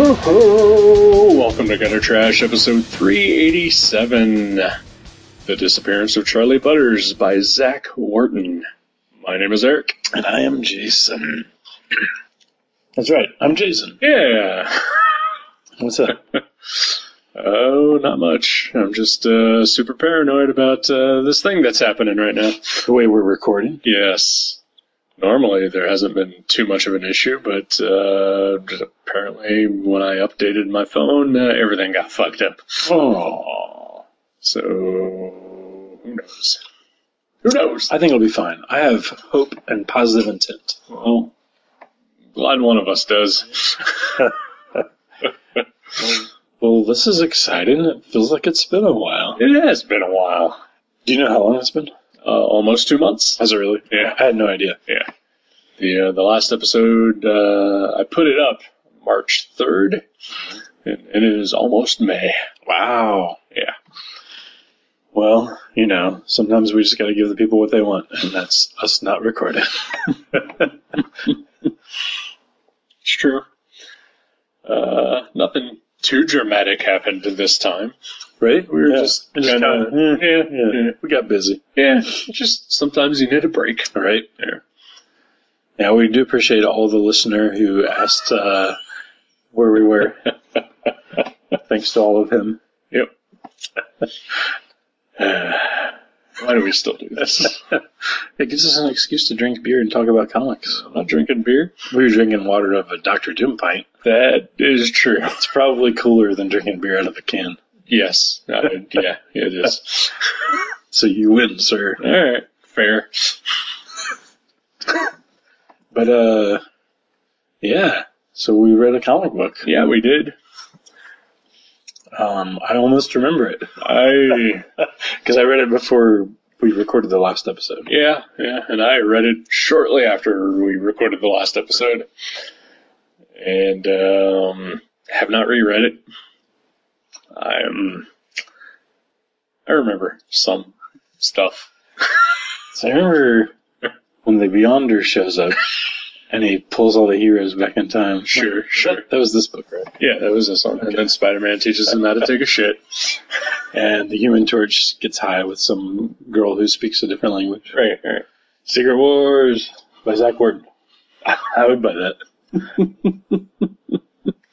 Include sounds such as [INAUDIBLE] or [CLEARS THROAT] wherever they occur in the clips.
Yoo-hoo-hoo. Welcome to Gutter Trash, episode 387 The Disappearance of Charlie Butters by Zach Wharton. My name is Eric. And I am Jason. [CLEARS THROAT] That's right. I'm Jason. Yeah. What's up? Oh, not much. I'm just uh, super paranoid about uh, this thing that's happening right now. the way we're recording. Yes. Normally there hasn't been too much of an issue, but uh, apparently when I updated my phone, uh, everything got fucked up. Oh. So who knows? Who knows? I think it'll be fine. I have hope and positive intent. Well, glad one of us does. [LAUGHS] Well, this is exciting. It feels like it's been a while. it has been a while. Do you know how long it's been? Uh, almost two months. Has it really? Yeah. I had no idea. Yeah. The uh, the last episode uh, I put it up March third, and, and it is almost May. Wow. Yeah. Well, you know, sometimes we just got to give the people what they want, and that's us not recording. [LAUGHS] It's true. Uh, nothing too dramatic happened this time. Right? We were Yeah. just, Just kinda- kinda- eh, yeah, yeah. yeah. We got busy. Yeah, just sometimes you need a break. All right. There. Yeah, we do appreciate all the listener who asked uh, where we were. [LAUGHS] Thanks to all of him. Yep. [SIGHS] Why do we still do this? It gives us an excuse to drink beer and talk about comics. I'm not drinking beer. We were drinking water out of a Dr. Doom pint. That is true. It's probably cooler than drinking beer out of a can. Yes. I- yeah, it is. So you win, sir. All right. Fair. But uh, yeah. So we read a comic book. Yeah, we did. Um, I almost remember it I because I read it before we recorded the last episode. yeah yeah, and I read it shortly after we recorded the last episode, and um, have not reread it. I'm. I remember some stuff. So I remember when the Beyonder shows [LAUGHS] up and he pulls all the heroes back in time. Sure, sure. That was this book, right? Yeah, that was this one. And then Spider-Man teaches him how to take a shit. And the Human Torch gets high with some girl who speaks a different language. Right, right. Secret Wars by Zach Ward. [LAUGHS] I would buy that. [LAUGHS]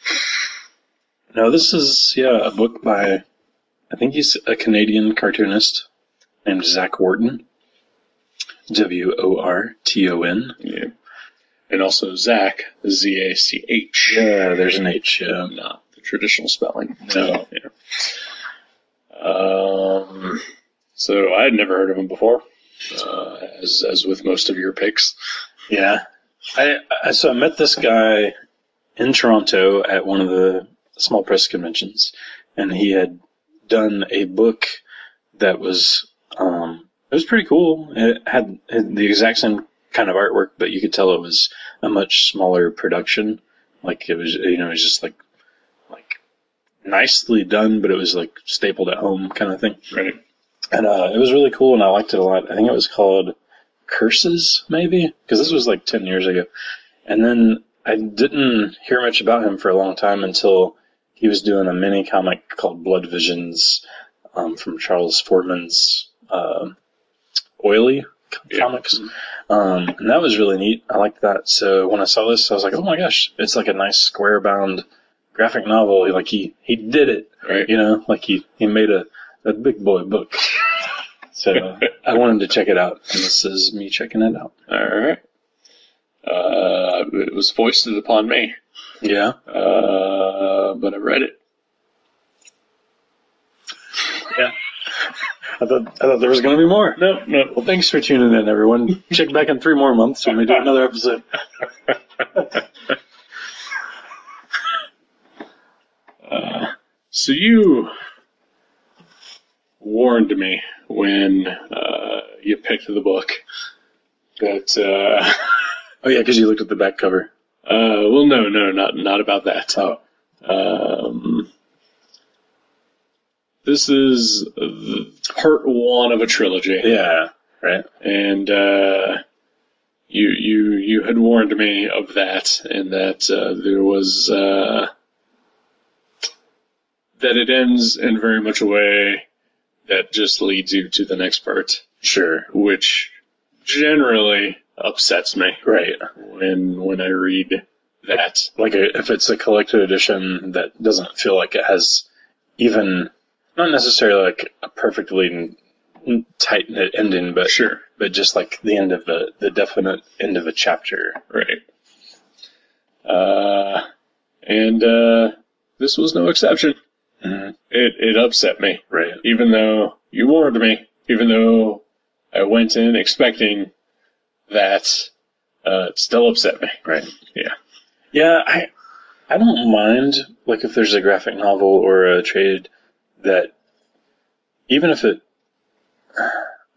no, this is yeah a book by I think he's a Canadian cartoonist named Zach Wharton. W O R T O N. Yeah. And also Zach, Z A C H. Yeah, there's an H. um, Yeah. Not the traditional spelling. No. Yeah. Um, so I had never heard of him before, uh, as, as with most of your picks. Yeah. I, I so I met this guy in Toronto at one of the small press conventions, and he had done a book that was um, it was pretty cool. It had, had the exact same kind of artwork, but you could tell it was a much smaller production. Like it was, you know, it was just like like nicely done, but it was like stapled at home kind of thing. Right. And uh, it was really cool, and I liked it a lot. I think it was called Curses, maybe, because this was like ten years ago. And then I didn't hear much about him for a long time until he was doing a mini comic called Blood Visions um, from Charles Foreman's uh, Oily co- Yeah. comics, um, and that was really neat. I liked that. So when I saw this, I was like, "Oh my gosh, it's like a nice square bound graphic novel." Like he he did it Right. you know, like he, he made a, a big boy [LAUGHS] book. So uh, I wanted to check it out, and this is me checking it out. All right. Uh, it was foisted upon me, Yeah. uh, but I read it. I thought, I thought there was going to be more. No, no. Well, thanks for tuning in, [LAUGHS] everyone. Check back in three more months when we do another episode. So you warned me when uh, you picked the book that. Uh, [LAUGHS] Oh, yeah, because you looked at the back cover. uh, well, no, no, not not about that. Oh. Um, this is the part one of a trilogy, Yeah. Right? and uh, you you you had warned me of that, and that uh, there was uh, that it ends in very much a way that just leads you to the next part, Sure. which generally upsets me Right. when when I read that. Like a, if it's a collected edition that doesn't feel like it has even not necessarily like a perfectly tight knit ending, but Sure, but just like the end of the the definite end of a chapter. right. Uh, and uh, this was no exception. Mm-hmm. It it upset me. Right. even though you warned me, even though I went in expecting that, uh, it still upset me. Right. Yeah. Yeah, I I don't mind like if there's a graphic novel or a trade that even if it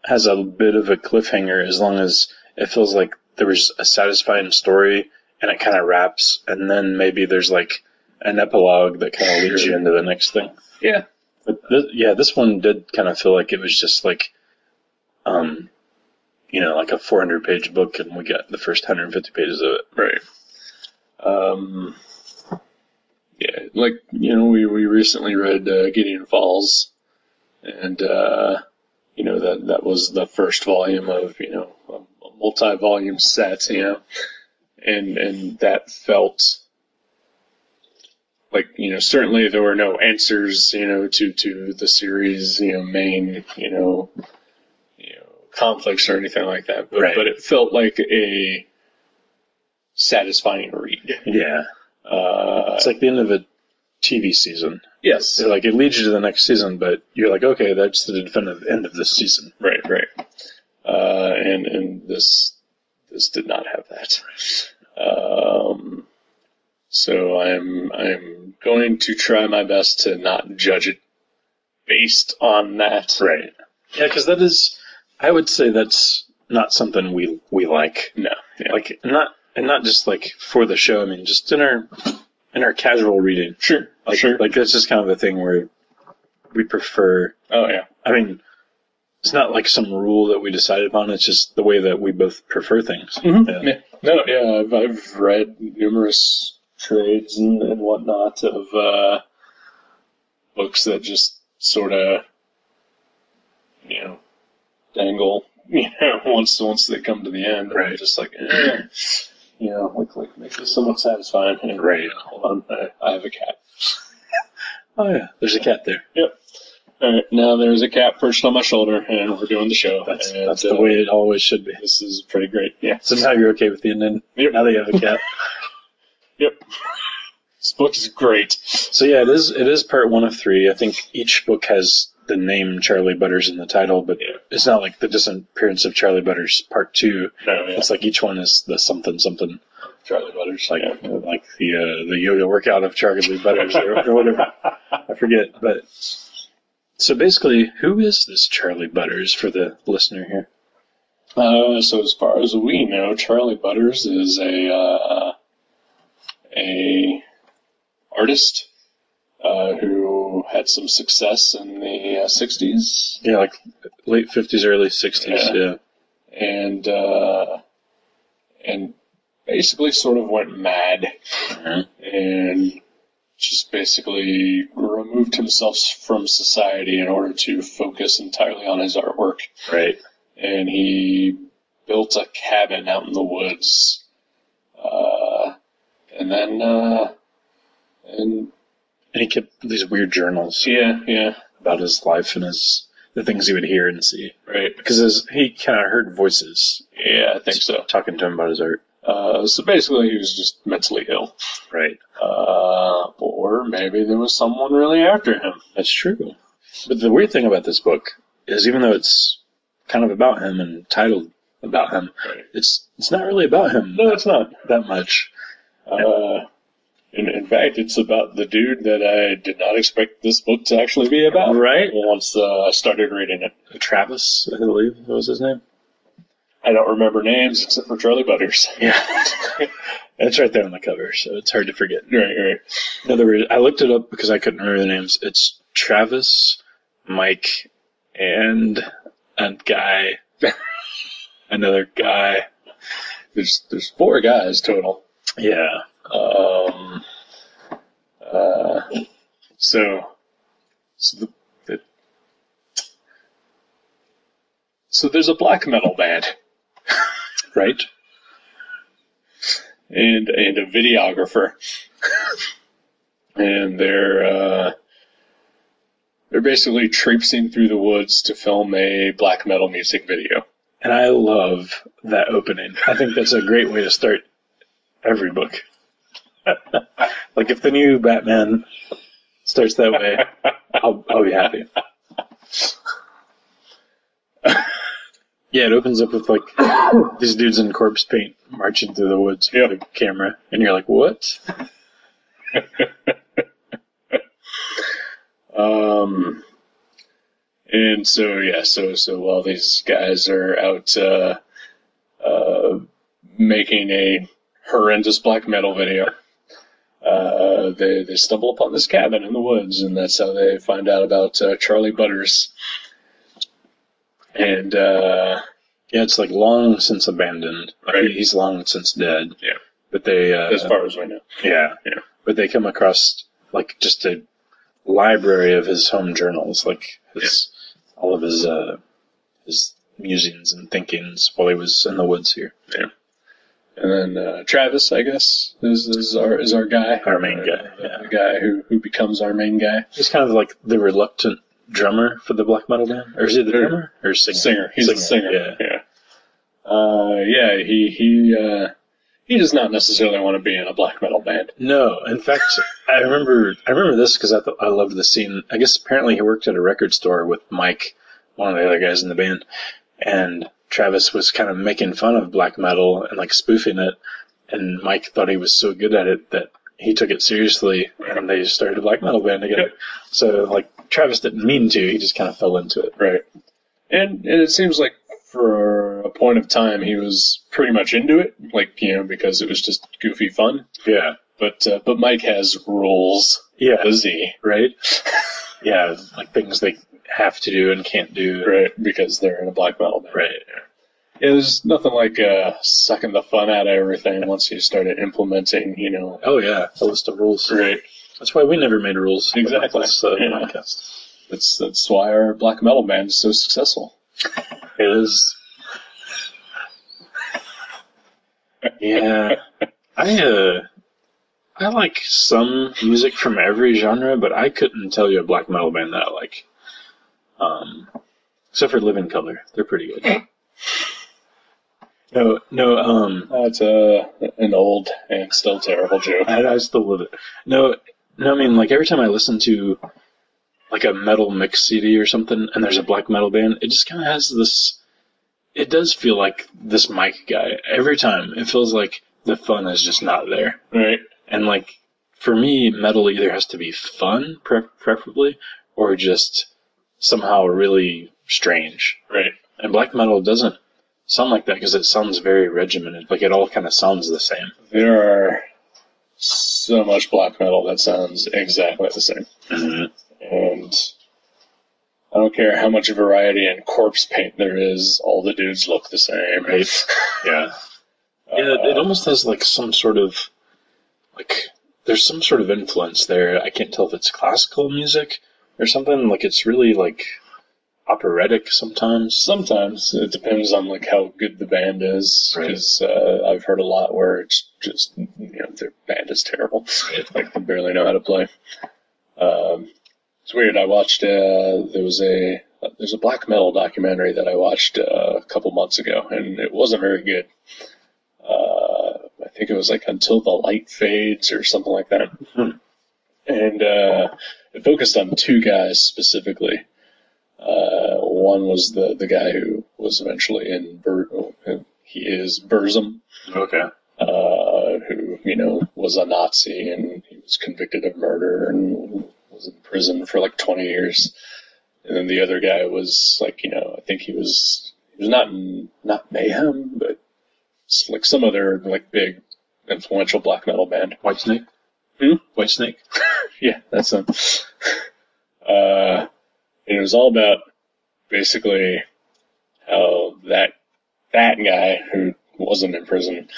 has a bit of a cliffhanger as long as it feels like there was a satisfying story and it kind of wraps and then maybe there's like an epilogue that kind of leads you Sure. into the next thing. Yeah. But th- yeah, this one did kind of feel like it was just like, um, you know, like a 400 page book, and we got the first 150 pages of it. Right. Um, yeah, like, you know, we, we recently read, uh, Gideon Falls and, uh, you know, that, that was the first volume of, you know, a, a multi-volume set, you know, and, and that felt, like you know certainly there were no answers you know to to the series you know main you know you know conflicts or anything like that but Right. but it felt like a satisfying read Yeah, uh it's like the end of a TV season. yes So like it leads you to the next season, but you're like, okay, that's the definitive end of this season. right right uh and and this this did not have that um so i'm i'm going to try my best to not judge it based on that Right. Yeah, because that is, I would say that's not something we we like. no yeah. Like not and not just like for the show. I mean, just in our in our casual reading. Sure, Like, sure. like that's just kind of a thing where we prefer. oh yeah, I mean, it's not like some rule that we decided upon. It's just the way that we both prefer things. Hmm. Mm-hmm. Yeah. Yeah. No, yeah, I've, I've read numerous trades and, and whatnot of uh, books that just sort of, you know, dangle. [LAUGHS] You know, once once they come to the end, I'm Right. Just like, eh, you know, like like make this somewhat satisfying. And, Right. Hold on, I, I have a cat. Oh yeah, there's a cat there. Yep. All right, now there's a cat perched on my shoulder, and we're doing the show. That's and, that's the uh, way it always should be. This is pretty great. Yeah. So now you're okay with the ending. Yep. Now that you have a cat. [LAUGHS] Yep. This book is great. so yeah, it is it is part one of three. I think each book has the name Charlie Butters in the title, but Yeah. it's not like the disappearance of Charlie Butters part two. No, yeah. It's like each one is the something something. Charlie Butters. like yeah. like the uh, the yoga workout of Charlie Butters or, [LAUGHS] or whatever. I forget, but so basically, who is this Charlie Butters for the listener here? Uh, so as far as we know, Charlie Butters is a uh, a artist uh, who had some success in the uh, '60s, Yeah, like late fifties, early sixties. Yeah. Yeah. and uh, and basically sort of went mad Mhm. and just basically removed himself from society in order to focus entirely on his artwork. right. and he built a cabin out in the woods. Uh, and then, uh, and And he kept these weird journals yeah, yeah, about his life and his the things he would hear and see right, because his, he kind of heard voices yeah, I think so. talking to him about his art. Uh, so basically, he was just mentally ill, Right. uh, or maybe there was someone really after him. That's true. But the weird thing about this book is, even though it's kind of about him and titled about him, Right. it's it's not really about him No, it's not. that much. Uh, in, in fact, it's about the dude that I did not expect this book to actually be about. Right. Once uh, I started reading it, Travis, I believe that was his name. I don't remember names except for Charlie Butters. [LAUGHS] Yeah, [LAUGHS] it's right there on the cover, so it's hard to forget. Right, right. In other words, I looked it up because I couldn't remember the names. It's Travis, Mike, and a guy, another guy. There's there's four guys total. Yeah. Um, uh, so, so the, the so there's a black metal band Right. and and a videographer, and they're uh, they're basically traipsing through the woods to film a black metal music video. And I love that opening. I think that's a great way to start every book. [LAUGHS] like if the new Batman starts that way, I'll, I'll be happy. [LAUGHS] yeah, it opens up with like these dudes in corpse paint marching through the woods Yep. with a camera, and you're like, "What?" Um, and so yeah, so so while these guys are out uh, uh, making a horrendous black metal video, uh, they they stumble upon this cabin in the woods, and that's how they find out about uh, Charlie Butters. And uh, Yeah, it's like long since abandoned. Like, Right. he- He's long since dead. Yeah. but they uh, as far as we know, Yeah. Yeah. But they come across like just a library of his home journals, like his all of his uh his musings and thinkings while he was in the woods here. And then uh, Travis, I guess, is, is our is our guy, Our main guy, Uh, yeah. the guy who who becomes our main guy, He's kind of like the reluctant drummer for the black metal band, or is he the Sure. drummer or singer? singer. He's Singer, a singer. Yeah. Uh, yeah. He he uh, he does not necessarily want to be in a black metal band. No, in fact, I remember I remember this because I thought I loved the scene. I guess apparently he worked at a record store with Mike, one of the other guys in the band, and Travis was kind of making fun of black metal and like spoofing it, and Mike thought he was so good at it that he took it seriously, and they started a black metal band together. Yep. So like Travis didn't mean to; he just kind of fell into it. Right. And and it seems like for a point of time he was pretty much into it, like you know, because it was just goofy fun. Yeah, But uh, but Mike has rules. yeah, Does he? [LAUGHS] right. yeah, like things they have to do and can't do. Right. Because they're in a black metal band. right. Yeah, there's nothing like uh, sucking the fun out of everything once you started implementing, you know. Oh yeah, a list of rules. Right. That's why we never made rules. for Exactly. Michael's, uh, Yeah. podcast. That's that's why our black metal band is so successful. It is. yeah, I uh, I like some music from every genre, but I couldn't tell you a black metal band that I like. Um, except for Living Color, they're pretty good. No, no, um, That's uh, an old and still terrible joke. I, I still love it. No, no, I mean, like every time I listen to like a metal mix CD or something, and there's a black metal band, it just kind of has this. It does feel like this Mike guy every time. It feels like the fun is just not there, Right. and like for me, metal either has to be fun, pre- preferably, or just somehow really strange. Right. And black metal doesn't sound like that because it sounds very regimented. Like it all kind of sounds the same. [CLEARS THROAT] There are so much black metal that sounds exactly the same, and I don't care how much variety in corpse paint there is. All the dudes look the same. [LAUGHS] Uh, Right. Yeah. Yeah, it- it almost has like some sort of like there's some sort of influence there. I can't tell if it's classical music or something. Like it's really like operatic sometimes. Sometimes it depends on like how good the band is, Right. because uh, I've heard a lot where it's just you know their band is terrible, [LAUGHS] like they barely know how to play. Um, it's weird. I watched uh, there was a there's a black metal documentary that I watched uh, a couple months ago, and it wasn't very good. Uh, I think it was like Until the Light Fades or something like that, Hmm. and uh, it focused on two guys specifically. Uh, one was the, the guy who was eventually in Bur- he is Burzum, Okay. uh, who you know was a Nazi and he was convicted of murder and was in prison for like twenty years. And then the other guy was like you know I think he was he was not in, not Mayhem but s- like some other like big influential black metal band. White Snake. Hmm? White Snake. Yeah, that's them. [LAUGHS] Uh, and it was all about basically how that that guy who wasn't in prison,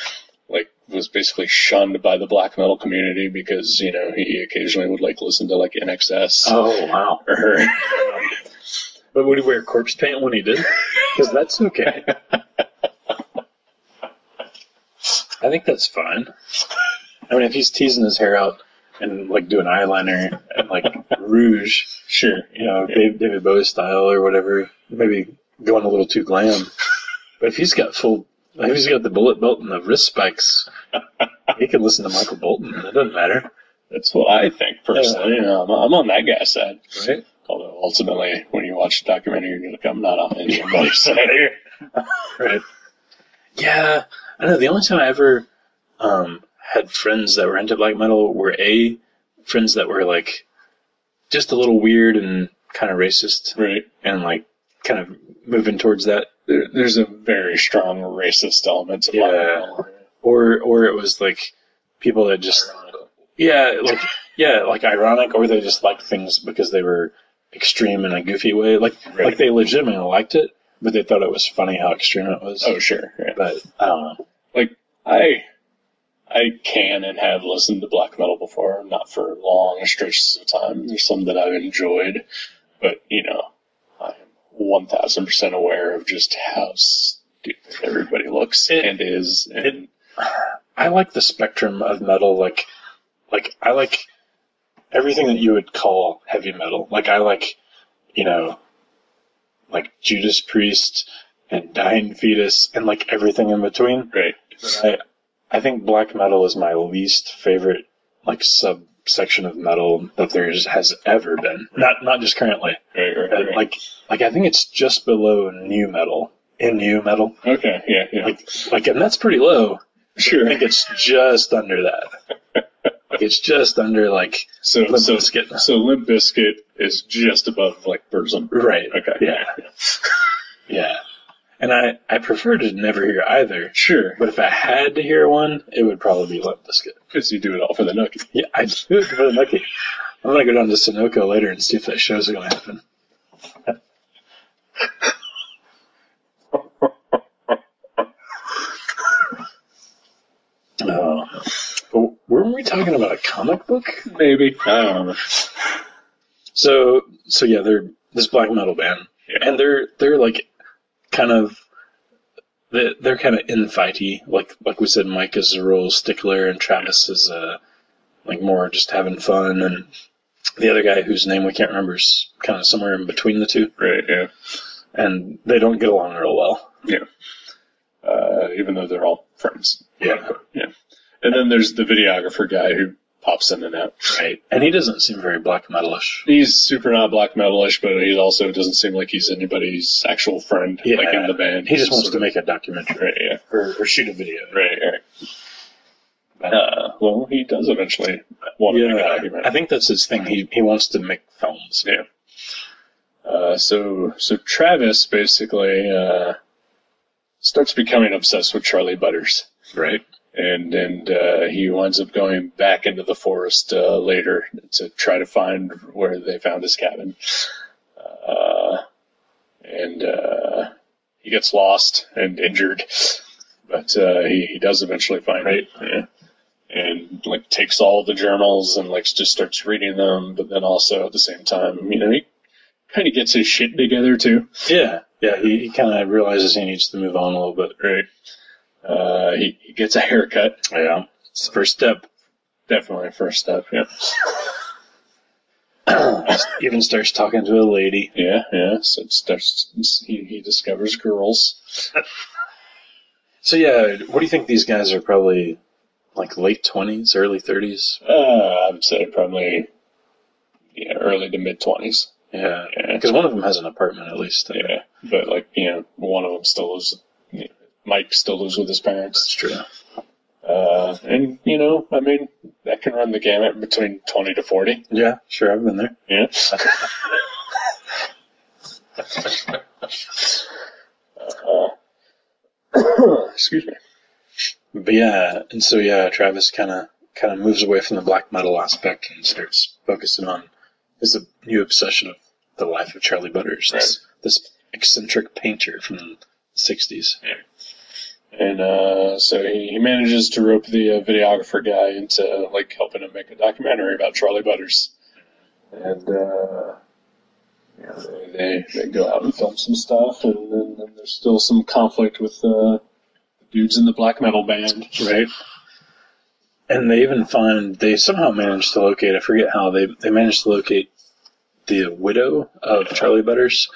like was basically shunned by the black metal community because you know he occasionally would like listen to like NXS Oh wow! or [LAUGHS] But would he wear corpse paint when he [LAUGHS] did? Because that's okay. [LAUGHS] I think that's fine. I mean, if he's teasing his hair out and like doing eyeliner and like rouge, sure. you know, David, David Bowie style or whatever, maybe going a little too glam. But if he's got full, if he's got the bullet belt and the wrist spikes, he can listen to Michael Bolton. It doesn't matter, That's what I think personally. You know, I'm, I'm on that guy's side. right? Although ultimately, when you watch the documentary, you're like, I'm not on anybody's [LAUGHS] side here. Right. Yeah, I know. The only time I ever um, had friends that were into black metal were a friends that were like just a little weird and kind of racist Right. and like kind of moving towards that, There, there's a very strong racist element to Yeah. black metal. or or it was like people that just yeah like yeah like ironic or they just liked things because they were extreme in a goofy way like Right. like they legitimately liked it but they thought it was funny how extreme it was Oh, sure. yeah. but i don't know I I can and have listened to black metal before, not for long stretches of time. There's some that I've enjoyed, but you know, I'm one thousand percent aware of just how stupid everybody looks It- and is. And it- I like the spectrum of metal. Like, like I like everything that you would call heavy metal. Like I like, you know, like Judas Priest and Dying Fetus and like everything in between. right, I, I think black metal is my least favorite like subsection of metal that there is, has ever been. Not not just currently. right, right, Uh, right. Like like I think it's just below new metal. In new metal. okay, yeah, yeah, Like like and that's pretty low. I sure. think it's just under that. Like, it's just under like So, Limp so, Bizkit. so Limp Bizkit is just above like Birds on. right. Okay, Yeah. Yeah. And I I prefer to never hear either. sure, But if I had to hear one, it would probably be Limp Bizkit. because you do it all for the nookie. [LAUGHS] Yeah, I do it for the nookie. I'm gonna go down to Sunoco later and see if that show's gonna happen. [LAUGHS] Oh, But weren't we talking about a comic book? Maybe I don't know. So so yeah, they're this black metal band, Yeah. and they're they're like kind of they're, they're kind of infighty. Like like we said, Mike is a real stickler, and Travis is uh like more just having fun, and the other guy whose name we can't remember is kind of somewhere in between the two, Right? Yeah. and they don't get along real well. Yeah. Uh, even though they're all friends. Yeah, And then there's the videographer guy who pops in and out. right. And he doesn't seem very black metalish. He's super not black metalish, but he also doesn't seem like he's anybody's actual friend, Yeah. like in the band. He just wants to sort make a of- documentary Right, yeah. or, or shoot a video. Right, right. Uh, well, he does eventually want to make a Yeah, document. I think that's his thing. He he wants to make films. Yeah. Uh, so so Travis basically uh, starts becoming obsessed with Charlie Butters, Right. and and uh, he winds up going back into the forest uh, later to try to find where they found his cabin. Uh, and uh, he gets lost and injured, but uh, he, he does eventually find it. Yeah. And like takes all the journals and like just starts reading them, but then also at the same time, you know, he kind of gets his shit together too. Yeah, yeah. He, he kind of realizes he needs to move on a little bit. Right. Uh, he, he gets a haircut. Yeah, it's the first [COUGHS] step. Definitely first step. Yeah. Even starts talking to a lady. Yeah, yeah. So it starts, he, he discovers girls. So yeah, what do you think these guys are? Probably like late twenties, early thirties. Uh, I would say probably yeah, early to mid 20s. Yeah, Yeah, because one of them has an apartment at least. yeah. But, like, you know, one of them still lives, you know, Mike still lives with his that's parents. true. Uh, and, you know, I mean, that can run the gamut between 20 to 40. Yeah, sure. I've been there. Yeah. uh, [COUGHS] excuse me. But yeah, and so yeah, Travis kind of kind of moves away from the black metal aspect and starts focusing on his new obsession of the life of Charlie Butters, this, this eccentric painter from the '60s. Yeah. and uh, so he, he manages to rope the uh, videographer guy into like helping him make a documentary about Charlie Butters, and uh, yeah, they, they they go out and film some stuff, and then, then there's still some conflict with uh, the dudes in the black metal band, right? And they even find they somehow managed to locate. I forget how they they managed to locate the widow of Charlie Butters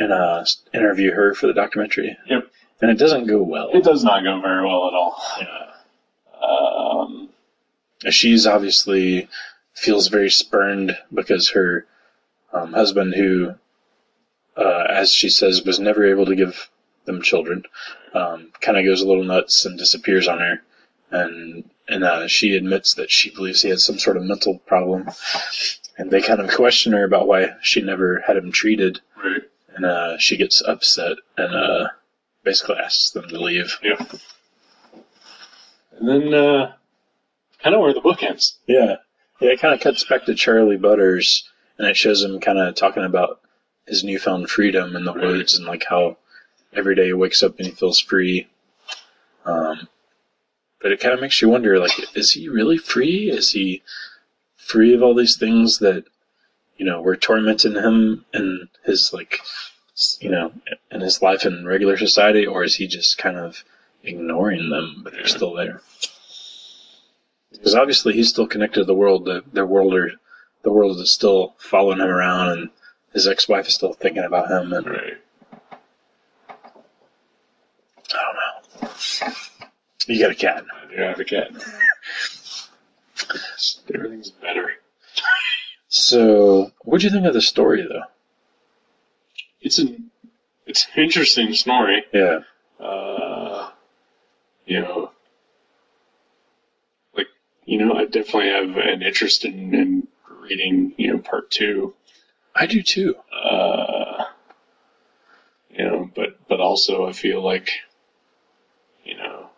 and uh, s- interview her for the documentary. Yep. And it doesn't go well. It does not go very well at all. Um, She's obviously feels very spurned because her um, husband, who, uh, as she says, was never able to give them children, um, kind of goes a little nuts and disappears on her. And and uh, she admits that she believes he has some sort of mental problem. And they kind of question her about why she never had him treated. right. and uh, she gets upset and uh, basically asks them to leave. Yep. And then uh, kind of where the book ends. Yeah, yeah. It kind of cuts back to Charlie Butters, and it shows him kind of talking about his newfound freedom in the Right. woods and like how every day he wakes up and he feels free. Um, but it kind of makes you wonder, like, is he really free? Is he free of all these things that you know were tormenting him in his like s- you know in his life in regular society, or is he just kind of ignoring them, but they're still there? Because obviously he's still connected to the world. The, the world are, the world is still following him around, and his ex-wife is still thinking about him. And Right. I don't know. You got a cat. I do have a cat. [LAUGHS] Everything's better. So, what do you think of the story, though? It's an it's an interesting story. Yeah, Uh, you know, like you know, I definitely have an interest in, in reading. You know, part two. I do too. Uh, you know, but but also I feel like, you know,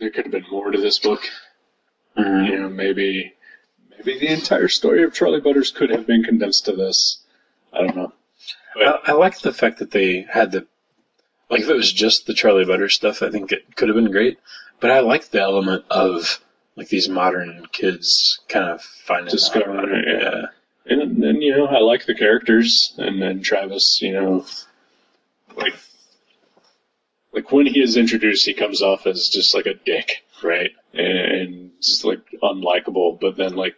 there could have been more to this book. you know, maybe maybe the entire story of Charlie Butters could have been condensed to this. I don't know. I, I like the fact that they had the, like, if it was just the Charlie Butter stuff, I think it could have been great. But I like the element of like these modern kids kind of finding out. Discovering it, yeah. Yeah. And then you know, I like the characters and then Travis, you know, like like when he is introduced, he comes off as just like a dick Right. and just like unlikable. But then like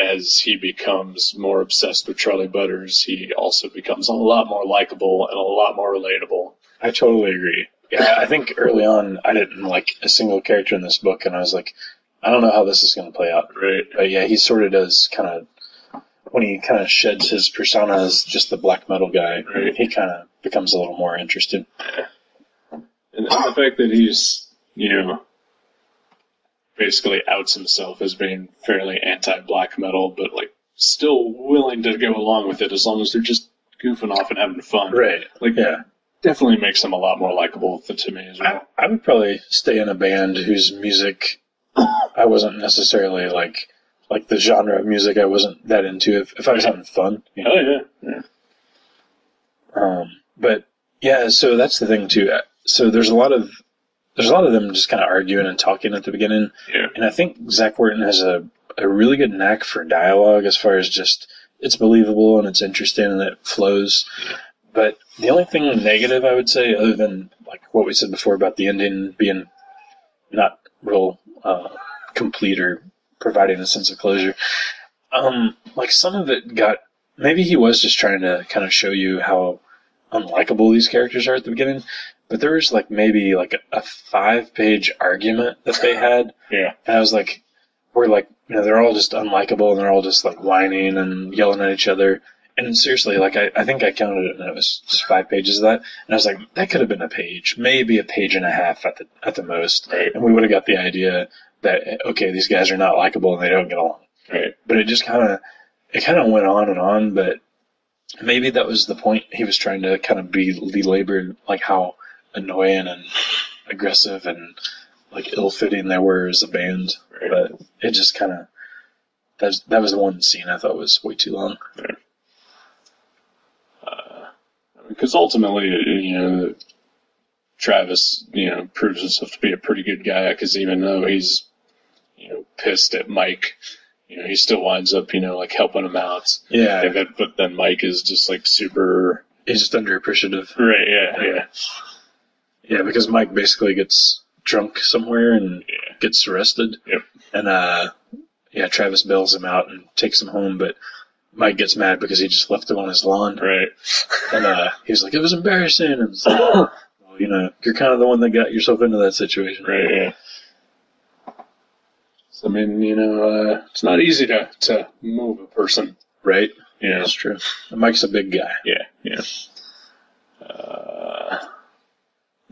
as he becomes more obsessed with Charlie Butters, he also becomes a lot more likable and a lot more relatable. I totally agree. Yeah, I think early on I didn't like a single character in this book, and I was like, I don't know how this is going to play out. Right. But yeah, he sort of does kind of when he kind of sheds his persona as just the black metal guy. Right. He kind of becomes a little more interested. And and the fact that he's, you know, basically outs himself as being fairly anti black metal, but like still willing to go along with it as long as they're just goofing off and having fun. Right. Like, Yeah. definitely makes him a lot more likable th- to me as I, well. I would probably stay in a band whose music I wasn't necessarily like like the genre of music I wasn't that into. If, if I was having fun, you know. Oh, yeah. yeah. Um, but yeah, so that's the thing too. Uh, So there's a lot of there's a lot of them just kind of arguing and talking at the beginning, Yeah. and I think Zach Wharton has a a really good knack for dialogue as far as just it's believable and it's interesting and it flows. But the only thing negative I would say, other than like what we said before about the ending being not real uh, complete or providing a sense of closure, um, like some of it got maybe he was just trying to kind of show you how unlikable these characters are at the beginning. But there was like maybe like a, a five page argument that they had, Yeah. and I was like, we're like, you know, they're all just unlikable and they're all just like whining and yelling at each other. And seriously, like I, I think I counted it and it was just five pages of that. And I was like, that could have been a page, maybe a page and a half at the at the most. Right. And we would have got the idea that okay, these guys are not likable and they don't get along Right. but it just kind of it kind of went on and on but maybe that was the point he was trying to kind of be belabor like how annoying and aggressive and like ill-fitting they were as a band Right. but it just kind of that was, that was the one scene I thought was way too long. because ultimately, you know, Travis, you know, proves himself to be a pretty good guy because even though he's, you know, pissed at Mike, you know, he still winds up, you know, like helping him out. Yeah, But- but then Mike is just like super. he's just underappreciative. Right. Yeah. Yeah. Yeah, because Mike basically gets drunk somewhere and Yeah. gets arrested. Yep. And uh, yeah, Travis bails him out and takes him home, but Mike gets mad because he just left him on his lawn. Right. And uh, he's like, "It was embarrassing." And it's like, well, you know, you're kind of the one that got yourself into that situation. Right. Yeah. So, I mean, you know, uh, it's not easy to, to move a person. Right. You know. That's true. And Mike's a big guy. Yeah, yeah. Uh,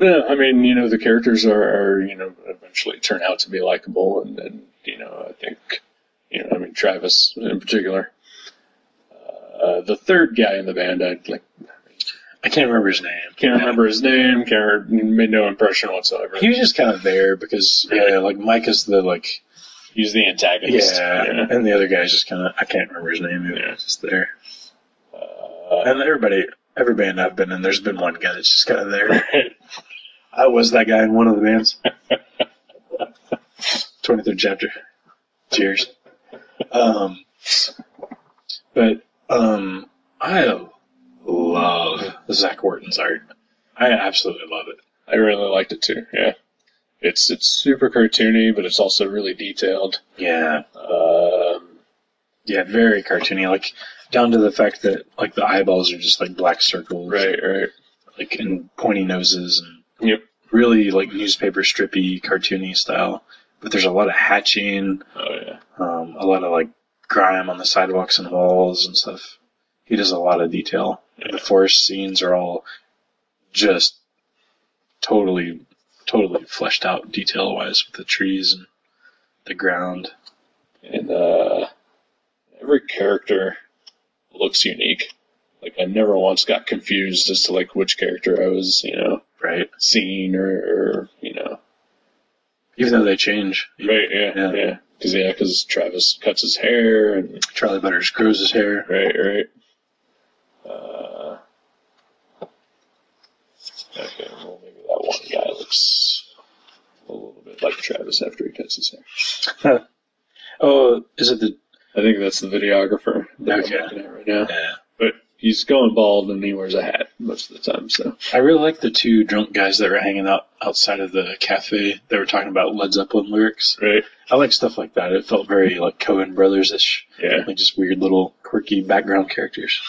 yeah, I mean, you know, the characters are, are you know, eventually turn out to be likable, and, and you know, I think, you know, I mean, Travis in particular. Uh, the third guy in the band, I like I can't remember his name. can't remember his name. Can't re- made no impression whatsoever. He was just kind of there because Really? yeah, like Mike is the like He's the antagonist. yeah, yeah. and the other guy's just kind of I can't remember his name. He was Yeah. just there. Uh, [LAUGHS] And everybody, every band I've been in, there's been one guy that's just kind of there. I was that guy in one of [LAUGHS] the bands. 23rd chapter. Cheers. Um, but um, I love Zach Wharton's art. I absolutely love it. I really liked it too. Yeah, it's it's super cartoony, but it's also really detailed. Yeah. Um, Yeah, very cartoony. Like, down to the fact that, like, the eyeballs are just, like, black circles. right, right. Like, and pointy noses and Yep. really like newspaper strippy, cartoony style. But there's a lot of hatching, Oh yeah. um, a lot of like grime on the sidewalks and walls and stuff. He does a lot of detail. And The forest scenes are all just totally, totally fleshed out detail wise with the trees and the ground. and uh, every character looks unique. Like I never once got confused as to like which character I was, you know, Right. seeing or, or you know, Even though they change, right? Yeah, Yeah. yeah. Because yeah, because Travis cuts his hair and Charlie Butters grows his hair. right, right. Uh, okay, well maybe that one guy looks a little bit like Travis after he cuts his hair. Oh, is it the? I think that's the videographer that Okay. I'm looking at right now. Yeah. But he's going bald and he wears a hat most of the time, so. I really like the two drunk guys that were hanging out outside of the cafe. They were talking about Led Zeppelin lyrics. Right. I like stuff like that. It felt very like Cohen Brothers ish. Yeah. Like just weird little quirky background characters.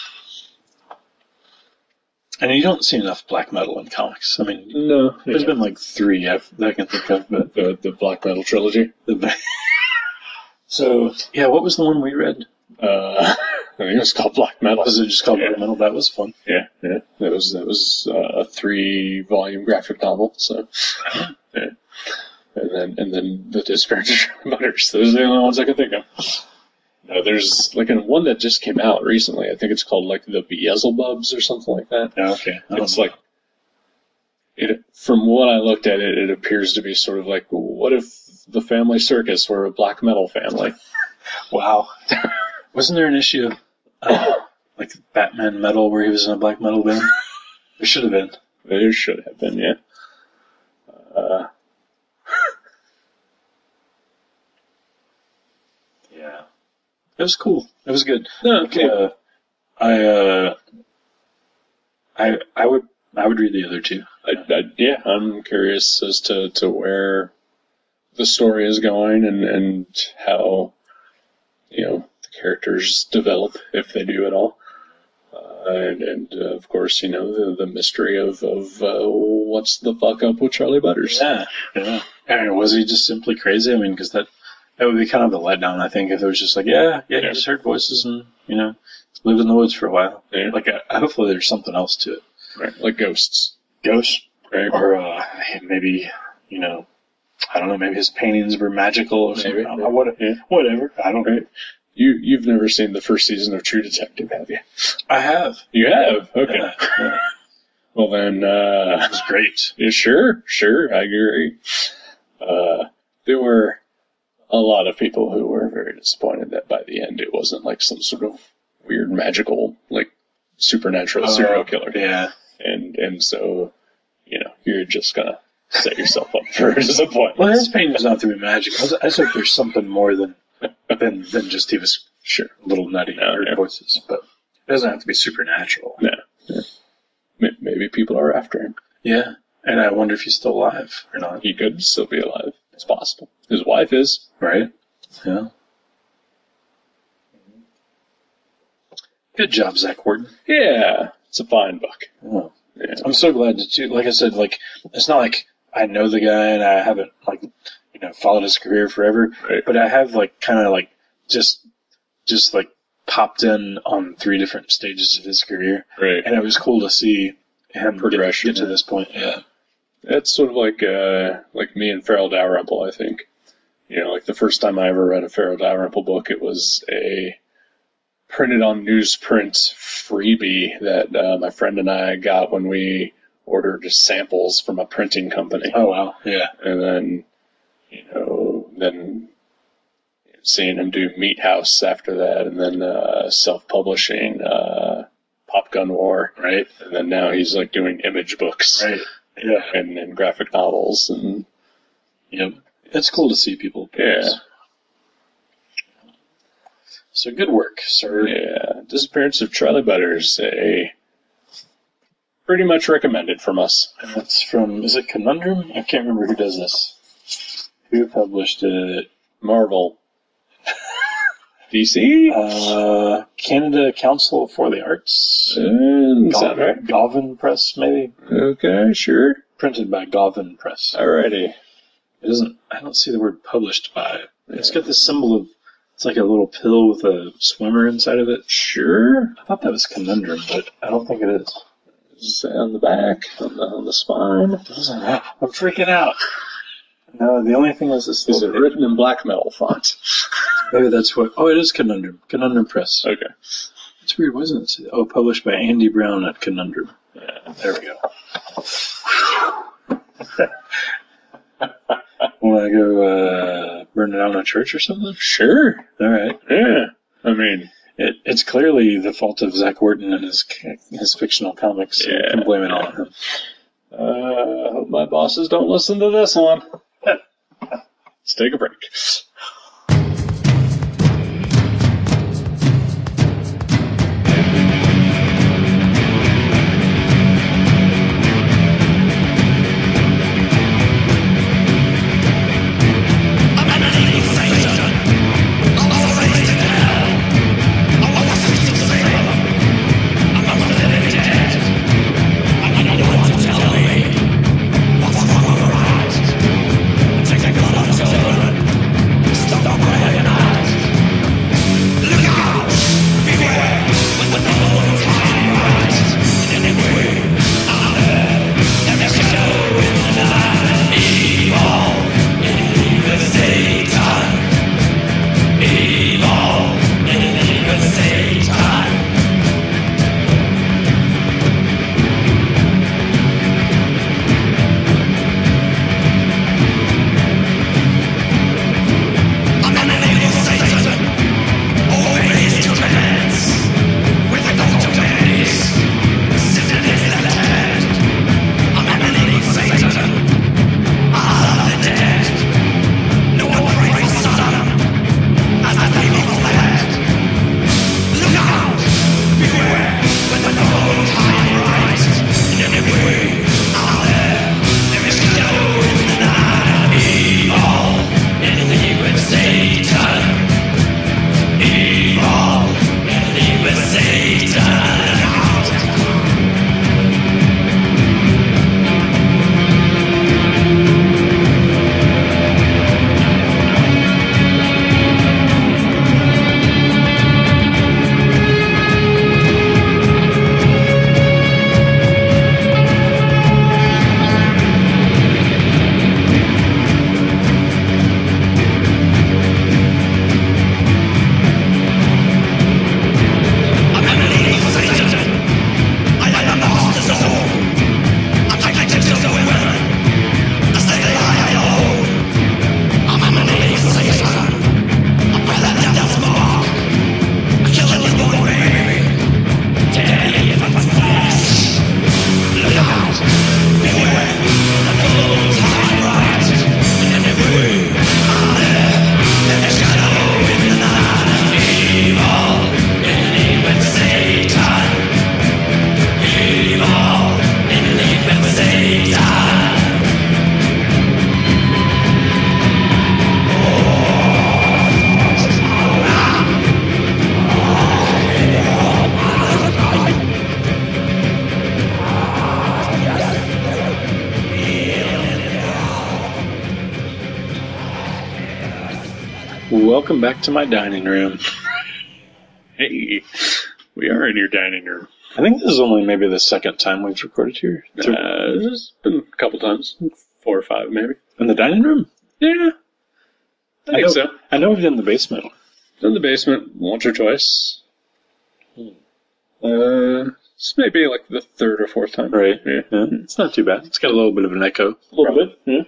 And you don't see enough black metal in comics. I mean, No. there's Yeah. been like three I've, that I can think of, but the the black metal trilogy. the. [LAUGHS] so yeah, what was the one we read? Uh, [LAUGHS] I think it was called Black Metal. Was it just called Yeah. Black Metal? That was fun. Yeah, yeah. That was that was uh, a three volume graphic novel. So. Uh-huh. Yeah. And then and then the disparate mutters. Those are the only ones I can think of. No, there's like an one that just came out recently. I think it's called like the Beelzebubs or something like that. Yeah, okay. I don't It's know. like it from what I looked at it, it appears to be sort of like what if the family circus were a black metal [LAUGHS] family? wow. [LAUGHS] Wasn't there an issue of uh, like Batman Metal where he was in a black metal [LAUGHS] band? there should have been. There should have been, yeah. Uh, Yeah. It was cool. It was good. no, Like, uh, I, uh, I, I would, I would read the other two. I, I, yeah, I'm curious as to, to where the story is going and, and how, you know, the characters develop, if they do at all. Uh, and, and uh, of course, you know, the, the mystery of, of uh, what's the fuck up with Charlie Butters. Yeah, yeah. And was he just simply crazy? I mean, because that that would be kind of a letdown, I think, if it was just like, yeah, yeah, Yeah. he just heard voices and you know lived in the woods for a while. Yeah. Like, uh, hopefully, there's something else to it. Right, like ghosts. Ghosts, Right? or uh, maybe you know, I don't know. Maybe his paintings were magical or Maybe, something. maybe. Uh, what- Yeah. Whatever. I don't. Right. You, you've never seen the first season of True Detective, have you? I have. You have? Okay. Yeah, [LAUGHS] yeah. Well, then, uh, It was great. Yeah, sure, sure, I agree. Uh, there were a lot of people who were very disappointed that by the end it wasn't like some sort of weird magical like supernatural Oh, serial killer. Yeah. And and so, you know, you're just gonna set yourself up for [LAUGHS] disappointment. Well, his pain was not through magic. I, was, I think there's something more than than than just he was Sure. a little nutty and No, heard yeah. voices, but it doesn't have to be supernatural. No. May- Maybe people are after him. Yeah. And I wonder if he's still alive or not. He could still be alive. It's possible. His wife is. Right? Yeah. Good job, Zach Wharton. Yeah. It's a fine book. Oh, Yeah. I'm so glad that you, like I said, like, it's not like I know the guy and I haven't, like, you know, followed his career forever, Right. but I have, like, kind of, like, just, just, like, popped in on three different stages of his career. Right. And it was cool to see him get- Progression, get, to this point. Yeah. That's sort of like uh, like me and Farrell Dalrymple, I think. You know, like the first time I ever read a Farrell Dalrymple book, it was a printed on newsprint freebie that uh, my friend and I got when we ordered samples from a printing company, Oh, wow. Yeah. and then you know then seeing him do Meat House after that, and then uh, self-publishing uh, Pop Gun War, Right. and then now he's like doing image books Right. Yeah. and, and graphic novels and Yep. It's cool to see people. Yeah. So good work, sir. yeah disappearance of charlie butters a pretty much recommended from us And That's from, is it Conundrum? I can't remember who does this. Who published it? marvel [LAUGHS] dc Uh, Canada Council for the Arts? And- is that Govan, right? Govan Press, maybe? okay sure Printed by Govan Press. alrighty It doesn't, I don't see the word published by. It's got the symbol of, it's like a little pill with a swimmer inside of it. sure I thought that was Conundrum, but I don't think it is. Is that on the back on the, on the spine I'm freaking out. No, the only thing is this. is it written in black metal font [LAUGHS] Maybe that's what. Oh, it is Conundrum. Conundrum Press. okay It's weird, wasn't it? Oh, published by Andy Brown at Conundrum. There we go. Want to go uh, burn down a church or something? sure All right. yeah i mean It, it's clearly the fault of Zach Wharton and his his fictional comics. So you can Yeah. blame it all on him. uh, I hope my bosses don't listen to this one let's take a break Take a lot of children. Welcome back to my dining room. Hey, we are in your dining room. I think this is only maybe the second time we've recorded here. Uh, it's been a couple times, four or five maybe. In the dining room? Yeah, I I know, think so. I know we've done the basement. It's in the basement once or twice. Uh, it's maybe like the third or fourth time. Right. Yeah. Yeah. It's not too bad. It's got a little bit of an echo. A little bit. Yeah.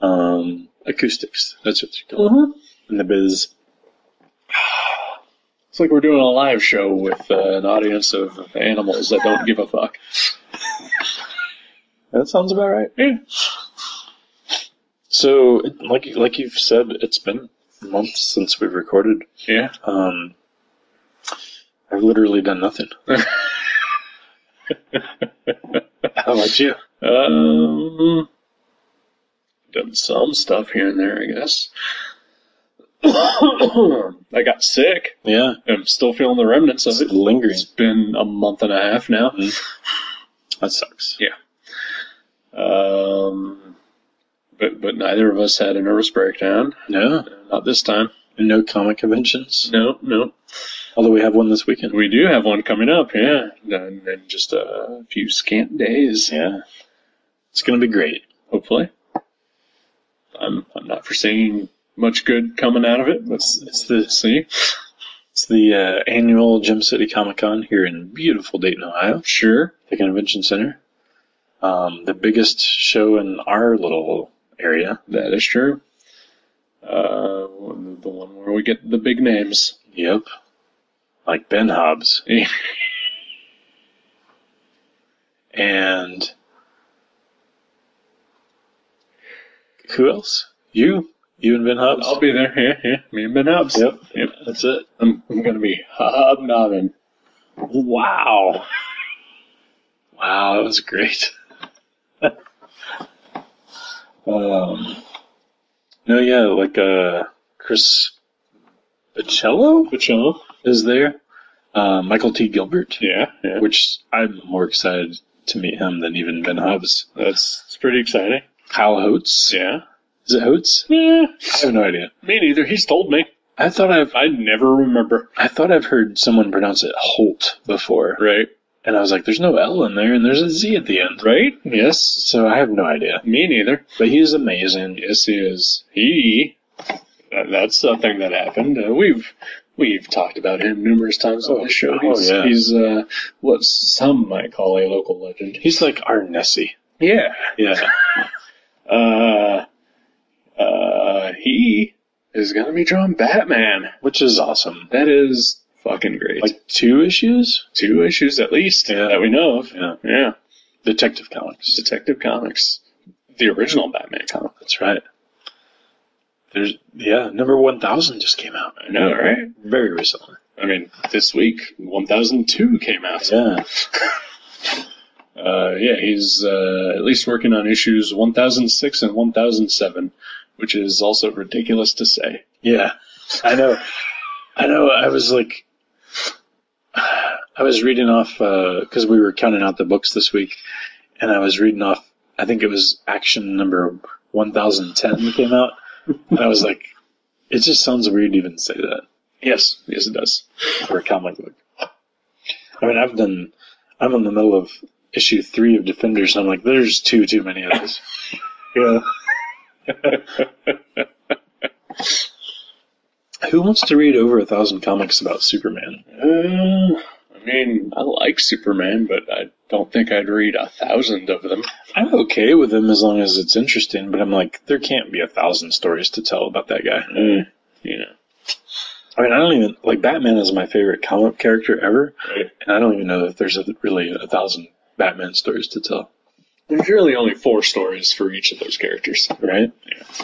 Um, acoustics. That's what you call it. Uh-huh. In the biz. It's like we're doing a live show with uh, an audience of animals that don't give a fuck. That sounds about right. Yeah. So, it- like like you've said, it's been months since we've recorded. Yeah. Um, I've literally [LAUGHS] done nothing. How about you? Um, done some stuff here and there, I guess. [COUGHS] I got sick. Yeah, I'm still feeling the remnants of it's it. lingering. It's been a month and a half now. That sucks. Um, but but neither of us had a nervous breakdown. No, Not this time. no comic conventions. No, no. Although we have one this weekend. We do have one coming up. Yeah, in, in just a few scant days, Yeah, it's gonna be great. hopefully. I'm I'm not foreseeing much good coming out of it, but It's, it's the see. It's the uh, annual Gem City Comic Con here in beautiful Dayton, Ohio, Sure. the convention center. Um, the biggest show in our little area. That is true. Uh, the one where we get the big names. Yep. Like Ben Hobbs. Yeah. And who else? You. You and Ben Hobbs. I'll be there. Yeah, yeah. Me and Ben Hobbs. Yep. Yep. That's it. I'm, I'm gonna be hobnobbing. Wow. Wow, that was great. um, no, yeah, like uh, Chris Bocello Pacino. is there. Uh, Michael T. Gilbert, Yeah, yeah. which I'm more excited to meet him than even Ben Hobbs. That's it's pretty exciting. Kyle Holtz. Yeah. Is it Holtz? yeah. I have no idea. Me neither. He's told me. I thought I've I never remember. I thought I've heard someone pronounce it Holt before, Right. and I was like, "There's no L in there, and there's a Z at the end." Right? Yes. So I have no idea. Me neither. But he's amazing. Yes, he is. He. that- That's the thing that happened. Uh, we've we've talked about him numerous times on Oh, this show. oh, He's, yeah. he's uh, what some might call a local legend. He's like our Nessie. Yeah. Yeah. Uh, uh, he is gonna be drawing Batman. [LAUGHS] Which is awesome. That is fucking great. Like Like two issues? two issues at least Yeah. that we know of. Yeah. Yeah. Detective Comics. Detective Comics, the original Batman comic. That's right. There's yeah, number one thousand just came out. I know, right? Very recently. I mean, this week 1002 came out. Yeah. Uh, yeah, he's uh, at least working on issues 1006 and 1007, which is also ridiculous to say. Yeah. I know. I know I was like I was reading off because we were counting out the books this week, and I was reading off. I think it was action number one thousand ten that came [LAUGHS] out, and I was like, "It just sounds weird to even say that." Yes, yes, it does. for a comic book. I mean, I've done. I'm in the middle of issue three of Defenders, and I'm like, there's two too many of these. yeah. Who wants to read over a thousand comics about Superman? Uh, I mean, I like Superman, but I don't think I'd read a thousand of them. I'm okay with them as long as it's interesting, but I'm like, there can't be a thousand stories to tell about that guy. Uh, you know, I mean, I don't even like Batman is my favorite comic character ever, right? and I don't even know if there's a, really a thousand Batman stories to tell, there's really only four stories for each of those characters, right?